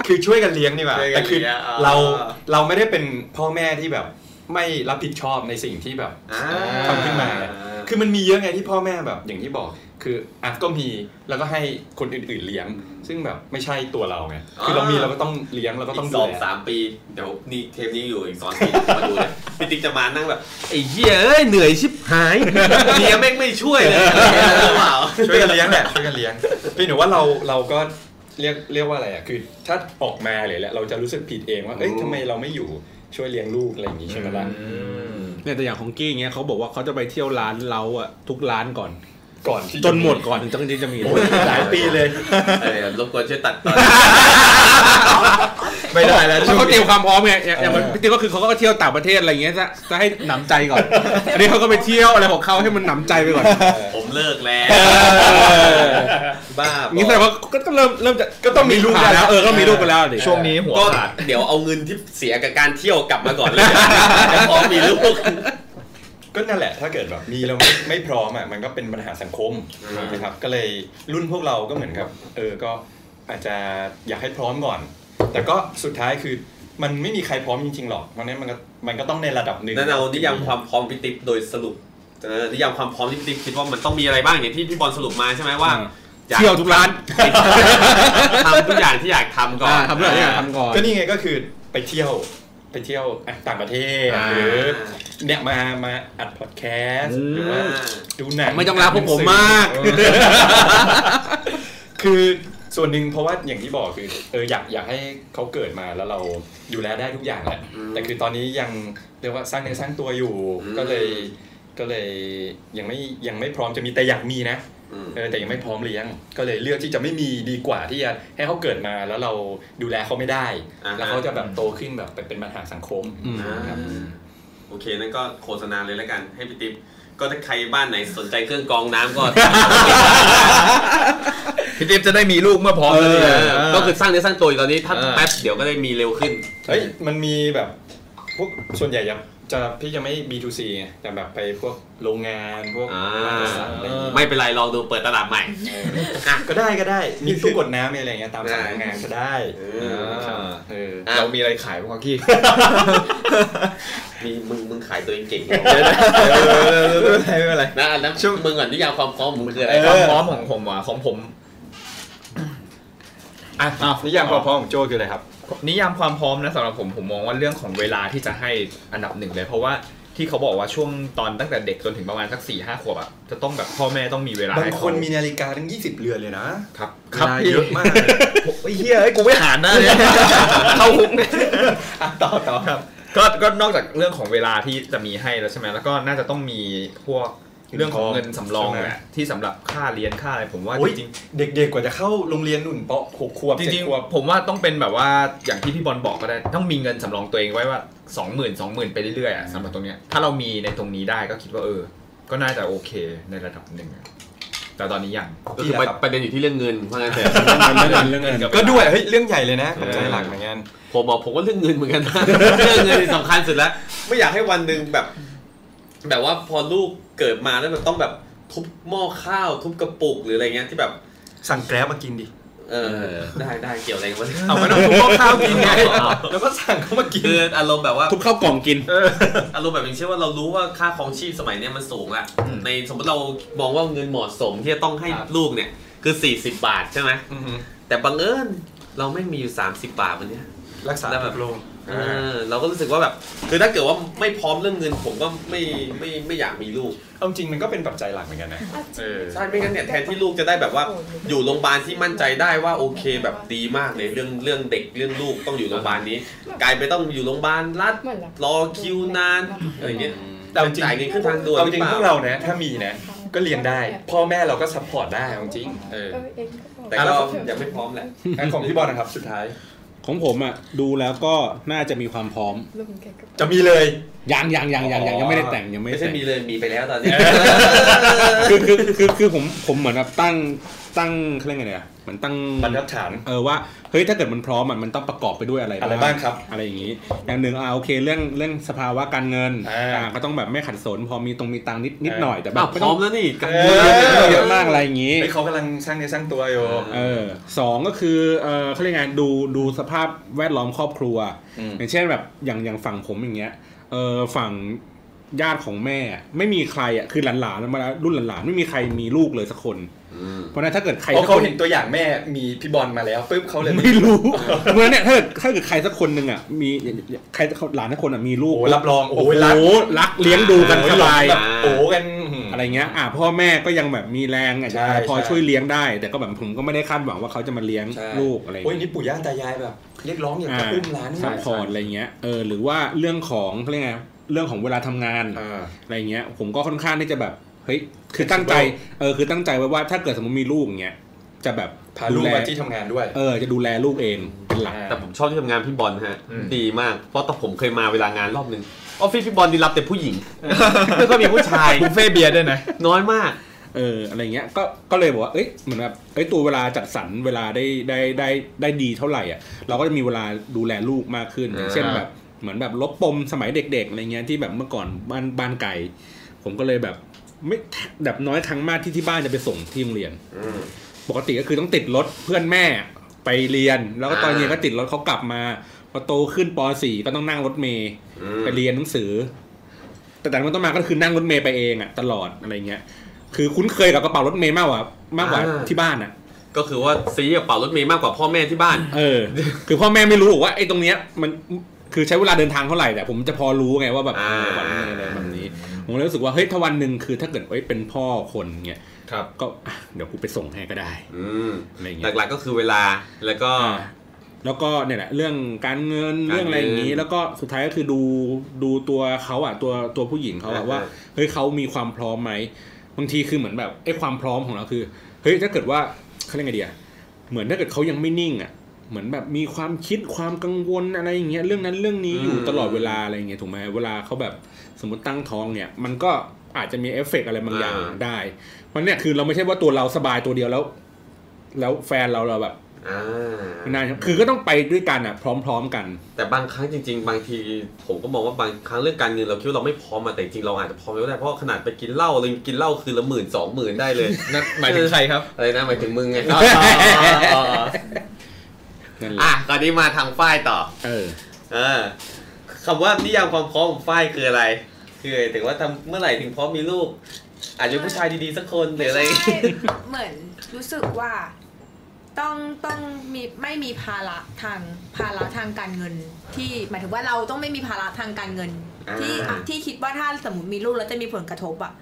B: คือช่วยกันเลี้ยงนี่หว่า
F: ช่วยกั
B: แต่
F: น
B: คือ
F: ลี้ยงอ่
B: เราเราไม่ได้เป็นพ่อแม่ที่แบบไม่รับผิดชอบในสิ่งที่แบบ ทำขึ้นมา คือมันมีเยอะไงที่พ่อแม่แบบ อย่างที่บอก คืออ่ะก็มีแล้วก็ให้คนอื่นๆเลี้ยง ซึ่งแบบไม่ใช่ตัวเราไงคือเรามีเราก็ต้องเลี้ยงเราก็ต้
F: ต้
B: อ
F: องง
B: ดู
F: สอง
B: แล
F: สามปี เดี๋ยวนี่เทปนี้อยู่อีกสองปีมาดูเลยพี่ติ๊กจะมานั่ง แบบไอ้เหี้ยเอ้ยเหนื่อยชิบหายเมียแม่งไม่ช่วยเลยหรือเปล่า
B: ช่วยกันเลี้ยงแหละช่วยกันเลี้ยงพี่หนูว่าเราเราก็เรียกเรียกว่าอะไรอ่ะคือ ถ้าออกมาเลยแหละเราจะรู้สึกผิดเองว่าเอ้ย
F: อืม
B: ทำไมเราไม่อยู่ช่วยเลี้ยงลูกอะไรอย่างงี้ใช่ไหมล่ะ
D: เนี่ยแต่อย่างของกี้เงี้ยเขาบอกว่าเขาจะไปเที่ยวร้านเล้าอ่ะทุกร้านก่อน
B: ก่อนที่
D: จนหมดก่อนถึงจะจริงๆจะมีลูก
B: หลายปีเลย
F: เออรบกวนช่วยตัดตอน
B: ไม่ได้แล้ว
D: เขาเตรียมความพร้อมไงอย่างอย่างพี่ติ๊กก็คือเขาก็เที่ยวต่างประเทศอะไรเงี้ยจะจะให้หนำใจก่อน อันนี้เขาก็ไปเที่ยวอะไรของเขาให้มันหนำใจไปก่อน
F: ผมเลิกแล้ว บ้าบอ
D: งี้แสดงว่าก็ต้องเริ่มเริ่มจะก็ต้องมีลูกแล้วเออก็มีลูกไปแล้วดิ
C: ช่วงนี้หัว
F: ก็
C: ขาด
F: เดี๋ยวเอาเงินที่เสียกับการเที่ยวกลับมาก่ อนเลยจะพร้อมมีลูก
B: ก็นั่นแหละ ถ้าเกิดแบบมีเราไม่ไม่พร้อมอ่ะมันก็เป็นปัญหาสังคมนะครับก็เลยรุ่นพวกเราก็เหมือนกับ เออก็อาจจะอยากให้พร้อมก่อน แต่ก็สุดท้ายคือมันไม่มีใครพร้อมจริงๆหรอกเพราะฉะนั้นมันก็มันก็ต้องในระดับหนึ่ง
F: นั่นเอานิยามความพร้อมพิติปโดยสรุปเออนิยามความพร้อมที่พิติปคิดว่ามันต้องมีอะไรบ้างอย่างที่พี่บอลสรุปมาใช่ไหมว่า
D: อืม
F: อยาก
D: เที่ยวทุกร้าน
F: ทำทุกอย่างที่อยากทำก่อน
D: อ่าทำเรื่องนี้ทำก่อน
B: ก็นี่ไงก็คือไปเที่ยวไปเที่ยวอ่ะต่างประเทศ
F: อ่า
B: หรือเนี่ยมามาอัดพอดแคสต์
D: อืม
B: หรือว่าดูหนัง
D: ไม่ต้องรักพวกผมมาก
B: เอ อคือส่วนหนึ่งเพราะว่าอย่างที่บอกคือเอออยากอยากให้เขาเกิดมาแล้วเราดูแลได้ทุกอย่างแหละ แต่คือตอนนี้ยังเรียกว่าสร้างเนื้อสร้างตัวอยู่ก็เลยก็เลยยังไม่ยังไม่พร้อมจะมีแต่อยากมีนะ
F: ม
B: เออแต่ยังไม่พร้อมเลี้ยง ก็เลยเลือกที่จะไม่มีดีกว่าที่จะให้เขาเกิดมาแล้วเราดูแลเขาไม่ได้
F: าฮะ
B: แล้วเขาจะแบบโตขึ้นแบบไปเป็นปัญหาสังคม
D: อืม
B: ครับ
F: โอเคนั่นก็โฆษณาเลยแล้วกันให้พิติปก็ถ้าใครบ้านไหนสนใจเครื่องกรองน้ำก็
C: พี่ติ๊บจะได้มีลูกเมื่อพร้อม
F: เอ
C: แล้ว
F: อก็
C: สิเ
F: คือสร้างเนื้อสร้างตัวอยู่ตอนนี้ถ้า
C: เออ
F: แป๊บเดี๋ยวก็ได้มีเร็วขึ้น
B: เฮ้ยมันมีแบบพวกส่วนใหญ่จะจะพี่จะไม่ B2C ไงแต่แบบไปพวกโรงงานพวก
F: อ่า
B: ร้านจัดสรรอะไรอย่างงี้
F: ไม่เป็นไรลองดูเปิดตลาดใหม่
B: อ่ะก็ได้ ก็ได้ มีตู้กดน้ำมีอะไรอย่างเงี้ยตามสำนักงานก็ได้
C: เออ
B: ครับเออ
F: อ่ะ
C: เรามีอะไรขายบ้างวะกี้
F: มีมึงมึงขายตัวเองเก่ง
C: ไม่เป็นไรไม่เป็นไร
F: นะอันนั้นช่วงมึงก่อนนิยามความพร้อมมึงคืออะไร
C: ความพร้อมของผมอ่ะของผม
B: อ่ะนิยามความพร้อมของโจคืออะไรครับ
C: นิยามความพร้อมนะสำหรับผมผมมองว่าเรื่องของเวลาที่จะให้อันดับหนึ่งเลย เพราะว่าที่เขาบอกว่าช่วงตอนตั้งแต่เด็กจนถึงประมาณสักสี่ห้าขวบอ่ะจะต้องแบบพ่อแม่ต้องมีเวลา
B: บาง
C: ให้เข
B: คนมีนาฬิกาทั้ง 20 เรือนเลยนะครับ เว
C: ครับ
B: ลา
C: พี่
B: เยอะมากเลย
C: ไอ้ยเหี้ยไอ้ยกูไม่หารนะ เนี่ยเข้าคุก เนี่ย
B: อ่ะต่อต่อครับ
C: ก็ก็นอกจากเรื่องของเวลาที่จะมีให้แล้วใช่ไหมแล้วก็น่าจะต้องมีพวกเรื่องของเงินสำรองแหละที่สำหรับค่าเรียนค่าอะไรผมว่า
B: โอ้
C: จ
B: ย
C: ริงๆ
B: เด็กๆกว่าจะเข้าโรงเรียนหนุ่นเปาะหกขวบ
C: จ
B: เจ็ด
C: ริง
B: ขวบ
C: ๆผมว่าต้องเป็นแบบว่าอย่างที่พี่บอลบอกก็ได้ ต้องมีเงินสำรองตัวเองไว้ว่า 20,000 20,000 ไปเรื่อยๆอะสำหรับตรงเนี้ยถ้าเรามีในตรงนี้ได้ก็คิดว่าเออ ก็น่าจะโอเคในระดับหนึ่งอะแต่ตอนนี้ยัง
F: ก็คือ
B: นี่แหละครับ
F: ประเด็นอยู่ที่เรื่องเงินเพราะงั้นแต่
D: เรื่องเงินกับ
B: ก็ ด้วยเฮ้ยเรื่องใหญ่เลยนะปัจจัยหลักเหมือนกัน
F: ผมบอกผมก็เรื่องเงินเหมือนกัน นะ เรื่องเงินสำคัญสุดแล้วไม่อยากให้วันหนึ่งแบบ แบบว่าพอลูกเกิดมาแล้วมันต้องแบบทุบหม้อข้าว ทุบกระปุกหรืออะไรเงี้ยที่แบบ
B: สั่งแกร็บมากินดิ
F: เออได้ได้เกี่ยวอะไรกันวะ
C: เอาไม่ต้องทุบข้าวกินไง
B: แล้วก็สั่งเขามากิน
F: คืออารมณ์แบบว่า
D: ทุบข้าวกล่องกิน
F: อารมณ์แบบอย่างเช่นว่าเรารู้ว่าค่าครองชีพสมัยเนี้ยมันสูงละ
C: อืม
F: ในสมมติเรามองว่าเงินเหมาะสมที่จะต้องให้
B: ครับ
F: ลูกเนี่ยคือ 40 บาทใช่ไหมแต่บังเอิญเราไม่มีอยู่ 30 บาทวันเนี้ย
B: รักษา
F: แล้วแบบ
B: โรง
F: เออเราก็รู้สึกว่าแบบคือถ้าเกิดว่าไม่พร้อมเรื่องเงินผมก็ไม่ไม่ไม่ไม่อยากมีลูก
B: เอาจริงมันก็เป็นปัจจัยหลักเหมือนกันนะเออ
F: ใช่ไม่งั้นเนี่ยแทนที่ลูกจะได้แบบว่าอยู่โรงพยาบาลที่มั่นใจได้ว่าโอเคแบบดีมากเลยเรื่องเรื่องเด็กเรื่องลูกต้องอยู่โรงพยาบาลนี้ กลายไปต้องอยู่โรงพยาบาลรัฐ
G: เหมือนแบบ
F: รอคิวนานอะไรเงี้ย
B: แต่เอาจริง
F: จ่ายเงินขึ้นทางด่วน
B: เอาจริง
F: ห
B: พ
F: ป
B: ว
F: ล่
B: กเรานะถ้ามีนะ ก็เรียนได้ พ่อแม่เราก็ซัพพอร์ตได้เอาจริงๆเออ
G: เองก็บอก
B: แต่
F: แต่
B: ก็
F: ก็ยังไม่พร้อมแหละ
B: งั้นของพี่บอลนะครับสุดท้าย
D: ของผมอ่ะดูแล้วก็น่าจะมีความพร้อม
G: ลุงแกก็
B: จะมีเลย
D: ยังยังยังยังยังยังไม่ได้แต่งยังไม่
F: ไม่
D: ได้
F: ใช่
D: แต่ง
F: มีเลยมีไปแล้วตอนนี้
D: คือคือคือคือผมผมเหมือนแบบตั้งตั้งเขาเรียกไงเนี่ยเหมือนตั้ง
B: บรรทัดฐาน
D: เออว่าเฮ้ยถ้าเกิดมันพร้อมอ่ะมันต้องประกอบไปด้วยอะไร
B: อะไรบ้างครับ
D: อะไรอย่างนี้อย่างหนึ่งอ่าโอเคเรื่องเรื่องสภาวะการเงิน
B: อ่า
D: ก็ต้องแบบไม่ขัดสน พอมีตรงมีตังค์นิดนิด
B: อ่า
D: หน่อยแต่แบ
A: อ้าว
D: บไม่
A: พร้
D: ต้
A: อ
D: อ
A: ม
D: ง
A: แล้วนี่
B: เอ
A: กับ
D: ไม่ต้องเยอะ
B: อ
D: มากอะไรอย่างนี้
B: เฮ้ยเขากำลังสร้างเนื้อสร้างตัวอยู่
D: เออสองก็คือเออเขาเรียกไงดูดูสภาพแวดล้อมครอบครัว
B: อืม
D: อย่างเช่นแบบอย่างอย่างฝั่งผมอย่างเงี้ยเออฝั่งญาติของแม่อะไม่มีใครอ่ะคือหลานๆมารุ่นหลานๆไม่มีใครมีลูกเลยสักคน เพราะฉะนั้นถ้าเกิดใคร
B: เพราะ
D: สัก
B: เขา
D: คน
B: เห็นตัวอย่างแม่มีพี่บอลมาแล้วปุ๊บเขาเลย
D: ไม่รู้ เมื่อเนี่ยถ้าเกิดถ้าเกิดใครสักคนหนึ่งอ่ะมีใครหลานสักคนอ่ะมีลู
B: โอ้
D: ก
B: โหรับรองโอ้โหรัก
D: โอ้รักเลี้ยงดูกันสบาย
B: แบบโอ้โหกัน
D: อะไรเงี้ยอ่ะพ่อแม่ก็ยังแบบมีแรงอาจจะ
B: ใช่ใช่
D: พอช่วยเลี้ยงได้ แต่ก็แบบผมก็ไม่ได้คาดหวังว่าเขาจะมาเลี้ยง
B: ใช่
D: ลูกอะไรเงี้ย
B: โอ้ยนี่ปู่ย่าตายายแบบเรียกร้องอยากจะอุ้มหลานนี่
D: ซัพพอร์ตอะไรเงี้ย เออ หรือว่าเรื่องของเขาเรียกไง เรื่องของเวลาทำงาน
B: อ่า
D: อะไรเงี้ย ผมก็ค่อนข้างที่จะแบบ เฮ้ย คือตั้งใจ เออ คือตั้งใจไว้ว่าถ้าเกิดสมมติมีลูกอย่างเงี้ย จะแบบ
B: พาลูก
D: ดูแ
B: มาที่ทำงานด้วย
D: เออ จะดูแลลูกเองเป็นหลัก
F: แต่ผมชอบที่ทำงานพี่บอลฮะ
B: อืม
F: ดีมาก เพราะตอนผมเคยมาเวลางานรอบหนึ่งออฟฟิศพี่บอลดีรับแต่ผู้หญิง ไม่ค่อยมีผู้ชาย
C: บุฟเฟ่ต์เบียร์ด้วยนะ
F: น้อยมาก
D: เออ อะไรเงี้ย ก็ ก็เลยบอกว่า เอ้ย เหมือนแบบ เอ้ย ตัวเวลาจัดสรรเวลาได้ ได้ ได้ ได้ดีเท่าไหร่อ่ะ เราก็จะมีเวลาดูแลลูกมากขึ้น อย่างเช่น
C: อ่า
D: แบบ เหมือนแบบลบปมสมัยเด็ก ๆ อะไรเงี้ย ที่แบบเมื่อก่อนบ้านบ้านไก่ ผมก็เลยแบบ ไม่ แบบน้อยครั้งมากที่ที่บ้านจะไปส่งที่โรงเรียน ปกติก็คือต้องติดรถเพื่อนแม่ไปเรียน แล้วก็ตอน
F: อ่า
D: เย็นก็ติดรถเขากลับมาพอโตขึ้นป .4 ก็ต้องนั่งรถเมย์ไปเรียนหนังสือ แต่แต่มันต้องมาก็คือนั่งรถเมย์ไปเองอะตลอดอะไรเงี้ยคือคุ้นเคยกับกระเป๋ารถเมย์มากกว่ามากกว่าที่บ้านอะ
F: ก็คือว่าซีกับเป่ารถเมย์มากกว่าพ่อแม่ที่บ้าน
D: เออ คือพ่อแม่ไม่รู้หรอกว่าไอ้ตรงเนี้ยมันคือใช้เวลาเดินทางเท่าไหร่แต่ผมจะพอรู้ไงว่าแบบ
F: อ่า
D: กระเป๋ารถเมย์อะไรแบบนี้ผมเลยรู้สึกว่าเฮ้ยถ้าวันหนึ่งคือถ้าเกิดเอ้ยเป็นพ่อคนเงี้ย
C: ครับ
D: ก็อ่ะเดี๋ยวกูไปส่งให้ก็ได้
F: อืม
D: อะไรเงี้ย
F: หลักๆก็คือเวลาแล้วก็
D: แล้วก็เนี่ยแหละเรื่องการเงิน
F: การเงิน
D: เรื่องอะไรอย่างนี้ แล้วก็สุดท้ายก็คือดูดูตัวเขาอ่ะตัวตัวผู้หญิงเขา
F: อ่า
D: อ่ะ
F: ฮะ
D: ว่าเฮ้ยเขามีความพร้อมไหมบางทีคือเหมือนแบบไอ้ความพร้อมของเราคือเฮ้ยถ้าเกิดว่าเขาเรียกไงดีอะเหมือนถ้าเกิดเขายังไม่นิ่งอ่ะเหมือนแบบมีความคิดความกังวลอะไรอย่างเงี้ยเรื่องนั้นเรื่องนี้อยู่ตลอดเวลาอะไรอย่างเงี้ยถูกไหมเวลาเขาแบบสมมติตั้งท้องเนี่ย มันก็อาจจะมีเอฟเฟกต์อะไรบางอย่างได้มันเนี่ยคือเราไม่ใช่ว่าตัวเราสบายตัวเดียวแล้ว แล้วแฟนเราเราแบบ
F: อ่า
D: นานครับคือก็ต้องไปด้วยกันอ่ะ พร้อมๆกัน
F: แต่บางครั้งจริง ๆ บางทีผมก็มองว่าบางครั้งเรื่องการเงินเราคิดว่าเราไม่พร้อมมาแต่จริงๆเราอาจจะพร้อมแล้วก็ได้เพราะขนาดไปกินเหล้าเลยงกินเหล้าคืนละหมื่นสองหมื่นได้เลย
C: นั่นหมายถึงใครครับ
F: อะไรนะหมายถึงมึงไง
D: อ๋ออ๋ออ๋อ นั่นแหละ
F: อ่ะตอนนี้มาทางฝ้ายต่อ
D: เออ
F: เออคำว่านิยามความพร้อมของฝ้ายคืออะไร คือถึงว่าทำเมื่อไหร่ถึงพร้อมมีลูก อาจจะเป็นผู้ชายดีๆสักคนหรืออะไร
E: ใช่ เหมือนรู้สึกว่า ต้องต้องมีไม่มีภาระทางภาระทางการเงิน ที่หมายถึงว่าเราต้องไม่มีภาระทางการเงิน
F: อ่า
E: ที่อ่ะที่คิดว่าถ้าสมมติมีลูกแล้วจะมีผลกระทบอะ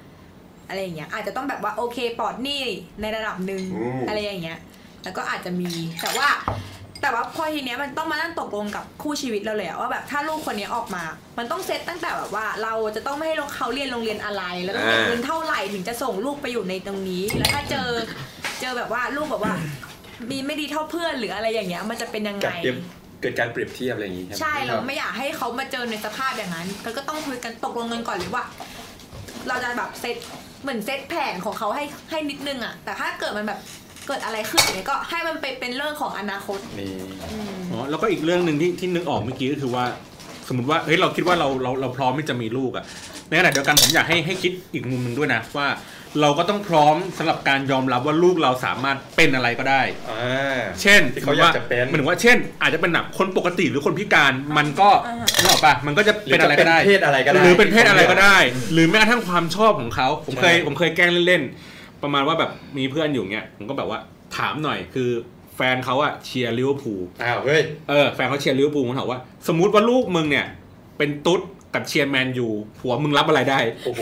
E: อะไรอย่างเงี้ยอาจจะต้องแบบว่าโอเคปลอดหนี้ในระดับหนึ่งอะไรอย่างเงี้ย แล้วก็อาจจะมีแต่ว่า แต่ว่าพอทีเนี้ยมันต้องมานั่งตกลงกับคู่ชีวิตเราเลยอะว่าแบบถ้าลูกคนเนี้ยออกมา มันต้องเซตตั้งแต่แบบว่า เราจะต้องไม่ให้เขาเรียนโรงเรียนอะไร แล้วต้องเก็บเงินเท่าไหร่ถึงจะส่งลูกไปอยู่ในตรงนี้ แล้วถ้าเจอเจอแบบว่าลูกแบบว่า มีไม่ดีเท่าเพื่อนหรืออะไรอย่างเงี้ยมันจะเป็นยังไง
B: กับเรียบเกิดการเปรียบเทียบอะไรอย่างนี้ใช่ไหม
E: ใช่เราไม่อยากให้เขามาเจอในสภาพอย่างนั้นเราก็ต้องคุยกันตกลงกันก่อนเลยว่า เราจะแบบเซตเหมือนเซตแผนของเขาให้ให้นิดนึงอะแต่ถ้าเกิดมันแบบเกิดอะไรขึ้นอย่างเนี่ยก็ให้มันไปเป็นเรื่องของอนาคต
B: นี่
E: อืม
D: อ๋อ แล้วก็อีกเรื่องหนึ่งที่ที่นึกออกเมื่อกี้ก็คือว่า สมมติว่า เฮ้ย เราคิดว่าเราเราเราพร้อมที่จะมีลูกอะในขณะเดียวกันผมอยากให้ให้คิดอีกมุมหนึ่งด้วยนะว่า เราก็ต้องพร้อมสำหรับการยอมรับว่าลูกเราสามารถเป็นอะไรก็ได้
B: อ่า
D: เช่น
B: ที่เขาอยากจะเป็น
D: หมายถึงว่า เช่น อาจจะเป็นแบบคนปกติหรือคนพิการ มันก็
E: อ่า
D: นึกออกปะมันก็จะ
B: ห
D: เป็นอะไร
B: จ
D: ก็ได้
B: เพศอะไรก็ได้
D: หรือเป็นเพศอะไรก็ได้ หรือแม้กระทั่งความชอบของเขา ผมเคย
B: ใช่
D: ผมเคยแกล้งเล่นๆ ประมาณว่าแบบมีเพื่อนอยู่เงี้ย ผมก็แบบว่าถามหน่อยคือแฟนเขาอะเชียร์ลิเวอร์พูล
B: อ้าวเฮ้ย
D: เออแฟนเขาเชียร์ลิเวอร์พูลผมถามว่า สมมุติว่าลูกมึงเนี่ย เป็นตุ๊ดกับเชียร์แมนยูผัวมึงรับอะไรได้
B: โอ้โห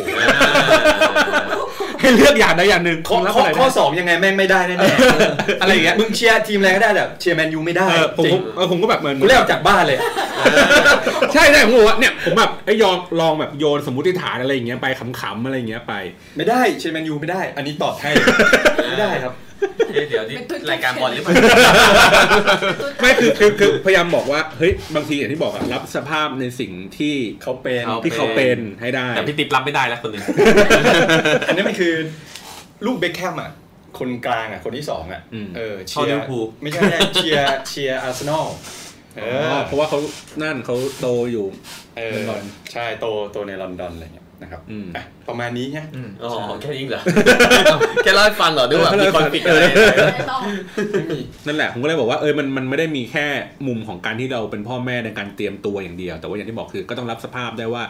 D: ให้ ให้เลือกอย่างใดอย่างหนึ่ง
B: ข้อ
D: คุณรับ
B: ข้อ
D: อะไร
B: ข้อ
D: ได้
B: สองยังไงแม่งไม่ได้แน่ๆ
D: อะไรอย่างเงี้ย
B: มึงเชียร์ทีมอะไรก็ได้แต่เชียร์แมนยูไม่ได้
D: เออผม
B: จริ
D: ก็
B: ง
D: เออผมก็แบบเหมือน
B: กูเล่นออกจากบ้านเลย
D: ใช่ใช่ผมบอกว่าเนี่ยผมแบบไอ้ยอมลองแบบโยนสมมติฐานอะไรอย่างเงี้ยไปขำๆอะไรอย่างเงี้ยไป
B: ไม่ได้เชียร์แมนยูไม่ได้ อันนี้ตอบให้ไม่ได้ครับ
F: เอ๊ะเดี๋ยวนี่รายการบอลหรือเปล่า
D: ไม่คือคือคือพยายามบอกว่าเฮ้ยบางทีอย่างที่บอกอะรับสภาพในสิ่งที่
B: เขาเป็น
F: ครับ
D: ที่เขาเป็นให้ได้
F: แต่พี่ติ๊บรับไม่ได้แล้วคนหนึ่ง
B: อันนี้มันคือลูกเบคแฮมอ่ะ คนกลางอ่ะ คนที่สองอ่ะ
D: อืม
B: เออเชี
F: เข้าลิ
B: ย
F: เวอ
B: ร์
F: ร์พูล
B: ไม่ใช่ไม่ใช่เชียร์เชียร์อาร์เซนอลเอ
D: อ๋
B: อ
D: อเพราะว่าเขานั่นเขาโตอยู่
B: เอ
D: ลอนด
B: อ
D: อน
B: ใช่โตโตในลอนดอนอะไรเงี้ยนะครับ
D: อืม
B: อ่ะประมาณนี้เนี่ย
F: อ๋อแค่นี้เหรอ แค่เล่าให้ฟังเหรอด้วยว่า
D: เออ
F: มีคอนฟ lict อะไร
D: เออ
E: ไม่ต้อง
B: ไม่มี
D: นั่นแหละผมก็เลยบอกว่าเออมันมันไม่ได้มีแค่มุมของการที่เราเป็นพ่อแม่ในการเตรียมตัวอย่างเดียว แต่ว่าอย่างที่บอกคือก็ต้องรับสภาพได้ว่า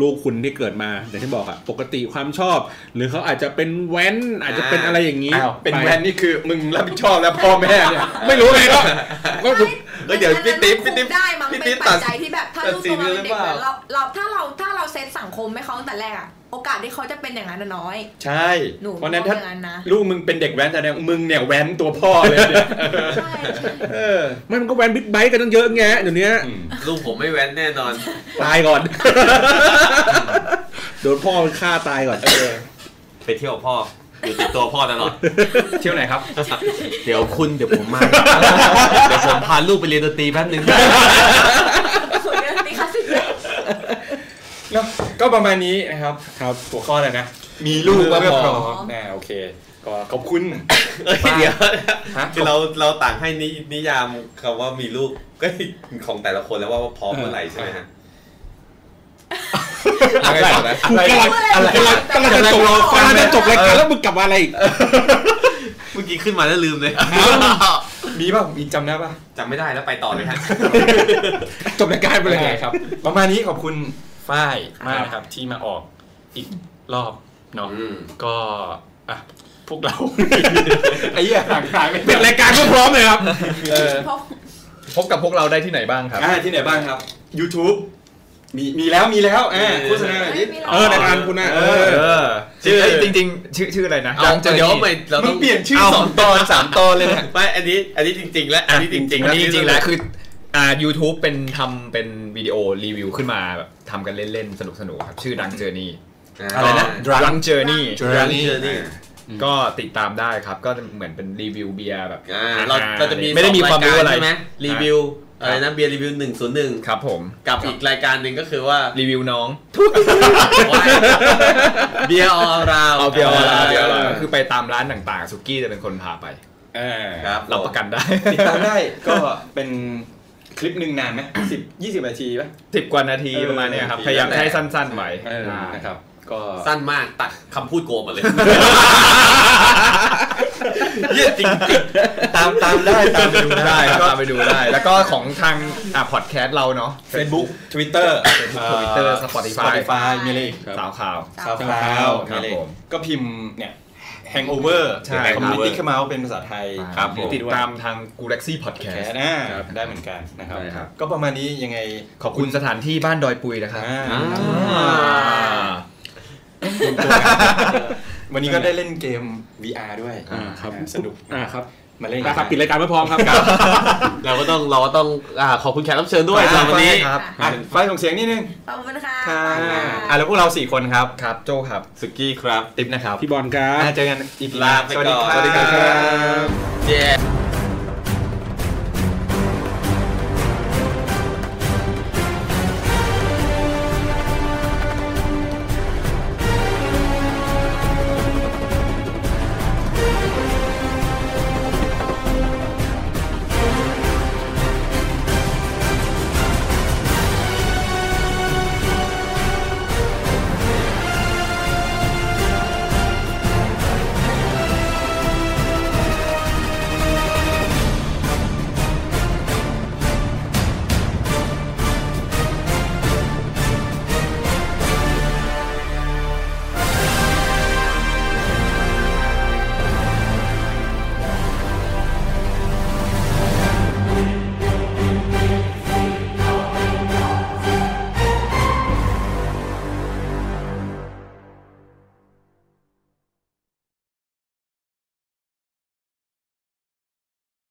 D: ลูกคุณที่เกิดมาอย่างที่บอกอะปกติความชอบ หรือเขาอาจจะเป็นแว้นอาจจะเป็นอะไรอย่างนี้
B: อ้าวเป็นแวนนี่คือมึงรับผิดชอบแล้วพ่อแม่เนี่ย
D: ไม่รู้ไงก็ก็คือ
F: เฮ้ยเดี๋ยวพี่ติ๊บพี่ติ๊บ
E: ได้มั้ง
F: พี่
E: เป็น
F: ติ๊บ
E: ปัจจัยที่แบบถ้า
F: ตัด
E: ลูก
F: สิ
E: ตั
F: น
E: วเราเป็นเด็ก
F: หรือเป
E: แล้
F: ล่า
E: วเราเราถ้าเราถ้าเราเซตสังคมให้เขาตั้งแต่แรกอะโอกาสที่เขาจะเป็นอย่างนั้นอะน้อย
B: ใช่
E: หนู
B: เพราะฉะนั้นถ้า
E: ว่าอย่างนั้นนะ
B: ลูกมึงเป็นเด็กแว้นแสดงมึงเนี่ยแว้นตัวพ่อเลยเนี่ย
E: ใช่ใช่
B: เออ
D: ไมันมันก็แวนบิ๊กไบค์กันตั้งเยอะแงะเดี๋ยวนี้
F: ลูกผมไม่แว้นแน่นอน
D: ตายก่อน โดนพ่อมันฆ่าตายก่อน
B: เออ
F: ไปเที่ยวกับพ่ออยู่ติดตัวพ่อตลอด
B: เที่ยวไหนครับ
F: เดี๋ยวคุณเดี๋ยวผมมา เดี๋ยวผมพาลูกไปเรียนดนตรีแป๊บนึง
E: ส่วนเรื่องนี้ค่ะสิ
B: เนอะก็ประมาณนี้นะครับ ครับ หัวข้ออะไรนะ มีลูกก็พออ่าโอเค ก็ขอบคุณ
F: เอ้ยเดี๋ยว
B: ฮะ
F: คือเราเราต่างให้นินิยามคำว่ามีลูก ก็ของแต่ละคนแล้วว่าพร้อมเมื่อไหร่ใช่ไหมฮะ
B: อะไรต่อนะ
D: กูกำลัง
B: อะไร
D: กำลังกำลังจะจบ
B: กำลังรอฟัง
D: กำลังจะจบรายการแล้วมึงกลับมาอะไรอีก
F: เมื่อกี้ขึ้นมาแล้วลืมเลย
B: มีเปล่ามีจำได้ป่ะ
F: จำไม่ได้แล้วไปต่อเลยฮะ
D: จบรายการไปเลยไงครับ
B: ประมาณนี้ขอบคุณฝ้ายมากนะครับ ที่มาออกอีกรอบเนาะ
F: อืม
B: ก็อ่ะพวกเรา ไอ้เหี้ยห่างหายไม่
D: เป็
B: เป็นนไร
D: รายการก็พร้อมเลยครับ
B: เออ
E: เพราะ
C: พบกับพวกเราได้ที่ไหนบ้างครับ
B: อ่าที่ไหนบ้างครับ YouTube มีมีแล้วมีแล้วอ่า
F: เออ
B: โฆษณาหน่อยดิ
E: ไม่มีหร
D: เออรายการคุณนะเออ
C: เออ
F: ชื่อ
C: เยจริงๆ ชื่อชื่ออะไรนะ
F: เอา
C: งจอ
F: เดี๋ยว
C: ที่
F: ไม่เรา
B: มึ
F: ต้อง ง
B: เปลี่ยนชื่อ
C: เอา
B: ส
C: ส
B: อ
C: อง งตอนสามตอนเลยนะ
F: ไม่อันนี้ อันนี้จริง ๆ แล้วอันนี้จริง ๆ
C: อั
F: แล้ว
C: นนี้จริงๆแล้วคืออ่า YouTube เป็นทำเป็นวิดีโอรีวิวขึ้นมาแบบทำกันเล่นๆ สนุกๆครับ ชื่อดังเจอร์นี่
F: อะไรนะ
C: ดังเจอร์นี่
F: Journey
C: ก็ติดตามได้ครับ ก็เหมือนเป็นรีวิวเบียร์แบบ
F: อ่าเราเราจะมี
C: ไม่ได้มีความรู้อะไร
F: สงยกใช่ไหมรีวิวอะไรนะเบียร์รีวิวหนึ่งศูนย์หนึ่ง
C: ครับผม
F: กับอีกรายการหนึ่งก็คือ ว่า
C: รีวิวน้อง
F: เบียร์ออราว
C: เอาเบียร์มา
B: เบียร์มา
C: คือไปตามร้านต่างๆ สุกี้จะเป็นคนพาไป
B: อ่า
F: ครับ
C: รับประกันได้
B: ติดตามได้ ก็เป็นคลิปหนึ่งนานไหมสิบยี่สิบนาทีป่ะ
C: สิบกว่านาทีประมาณเนี้ยครับ
B: เออ
C: พยายามให้สั้นๆไว้
B: เออ
C: อ่าน
B: นะครับ ก็
F: สั้นมากตัดคำพูดโกงหมดเลย เยี่ยจริง
B: ตามตามได้ตามไปดู
C: ได้
B: ได้
C: ครับ
B: ก็
C: ตามไปดูได้ แล้วก็ของทางอ่าพอดแคสต์เราเนาะ
B: Facebook Twitter
C: Twitter
B: อ่า
C: Spotify
B: Spotify มีอะไรอีก
C: สาวข่าว
B: ซาวคลา
C: SoundCloud
B: ว
C: ค
B: มี
C: รับ
B: อะไรอี
C: ผ
B: ก
C: ม
B: ก็พิมพ์เนี่ย Hangover
C: ใช่
B: คอมมิวนิตี้
C: Hangover
B: เข้ามาเป็นภาษาไทย
C: ครับผม
B: ติ
C: ติ
B: ด
C: ด
B: ตา
C: ตาม มทาง Galaxy Podcast
B: แคสอ่าได้เหมือนกันนะครับ
C: ได้ครับ
B: ก็ประมาณนี้ยังไง
C: ขอบคุณสถานที่บ้านดอยปุยนะครับ
B: อ่า
C: อ่า
B: วันนี้ก็ได้เล่นเกม VR ด้วย
D: อ่าครับ
B: สนุก
D: อ่าครับ
B: มาเล่น
D: นะครับปิดรายการไม่พร้อมครับ
F: เราก็ต้องเราก็ต้องอ่าขอบคุณแขกรับเชิญด้วยสำหรับวันนี้
C: ครับ
B: อ่ะไฟส่งเสียงนิดนึง
E: ขอบคุณค่ะ
B: ค่ะอ่ะแล้วพวกเรา 4 คนครับ
C: ครับโจครับ
F: สุกี้ครับ
B: ติ๊บนะครับ
D: พี่บอลครับ
B: อ่ะเจอกันอีก
F: ลาไปก่อน
B: สวัสดีครับ
F: เย้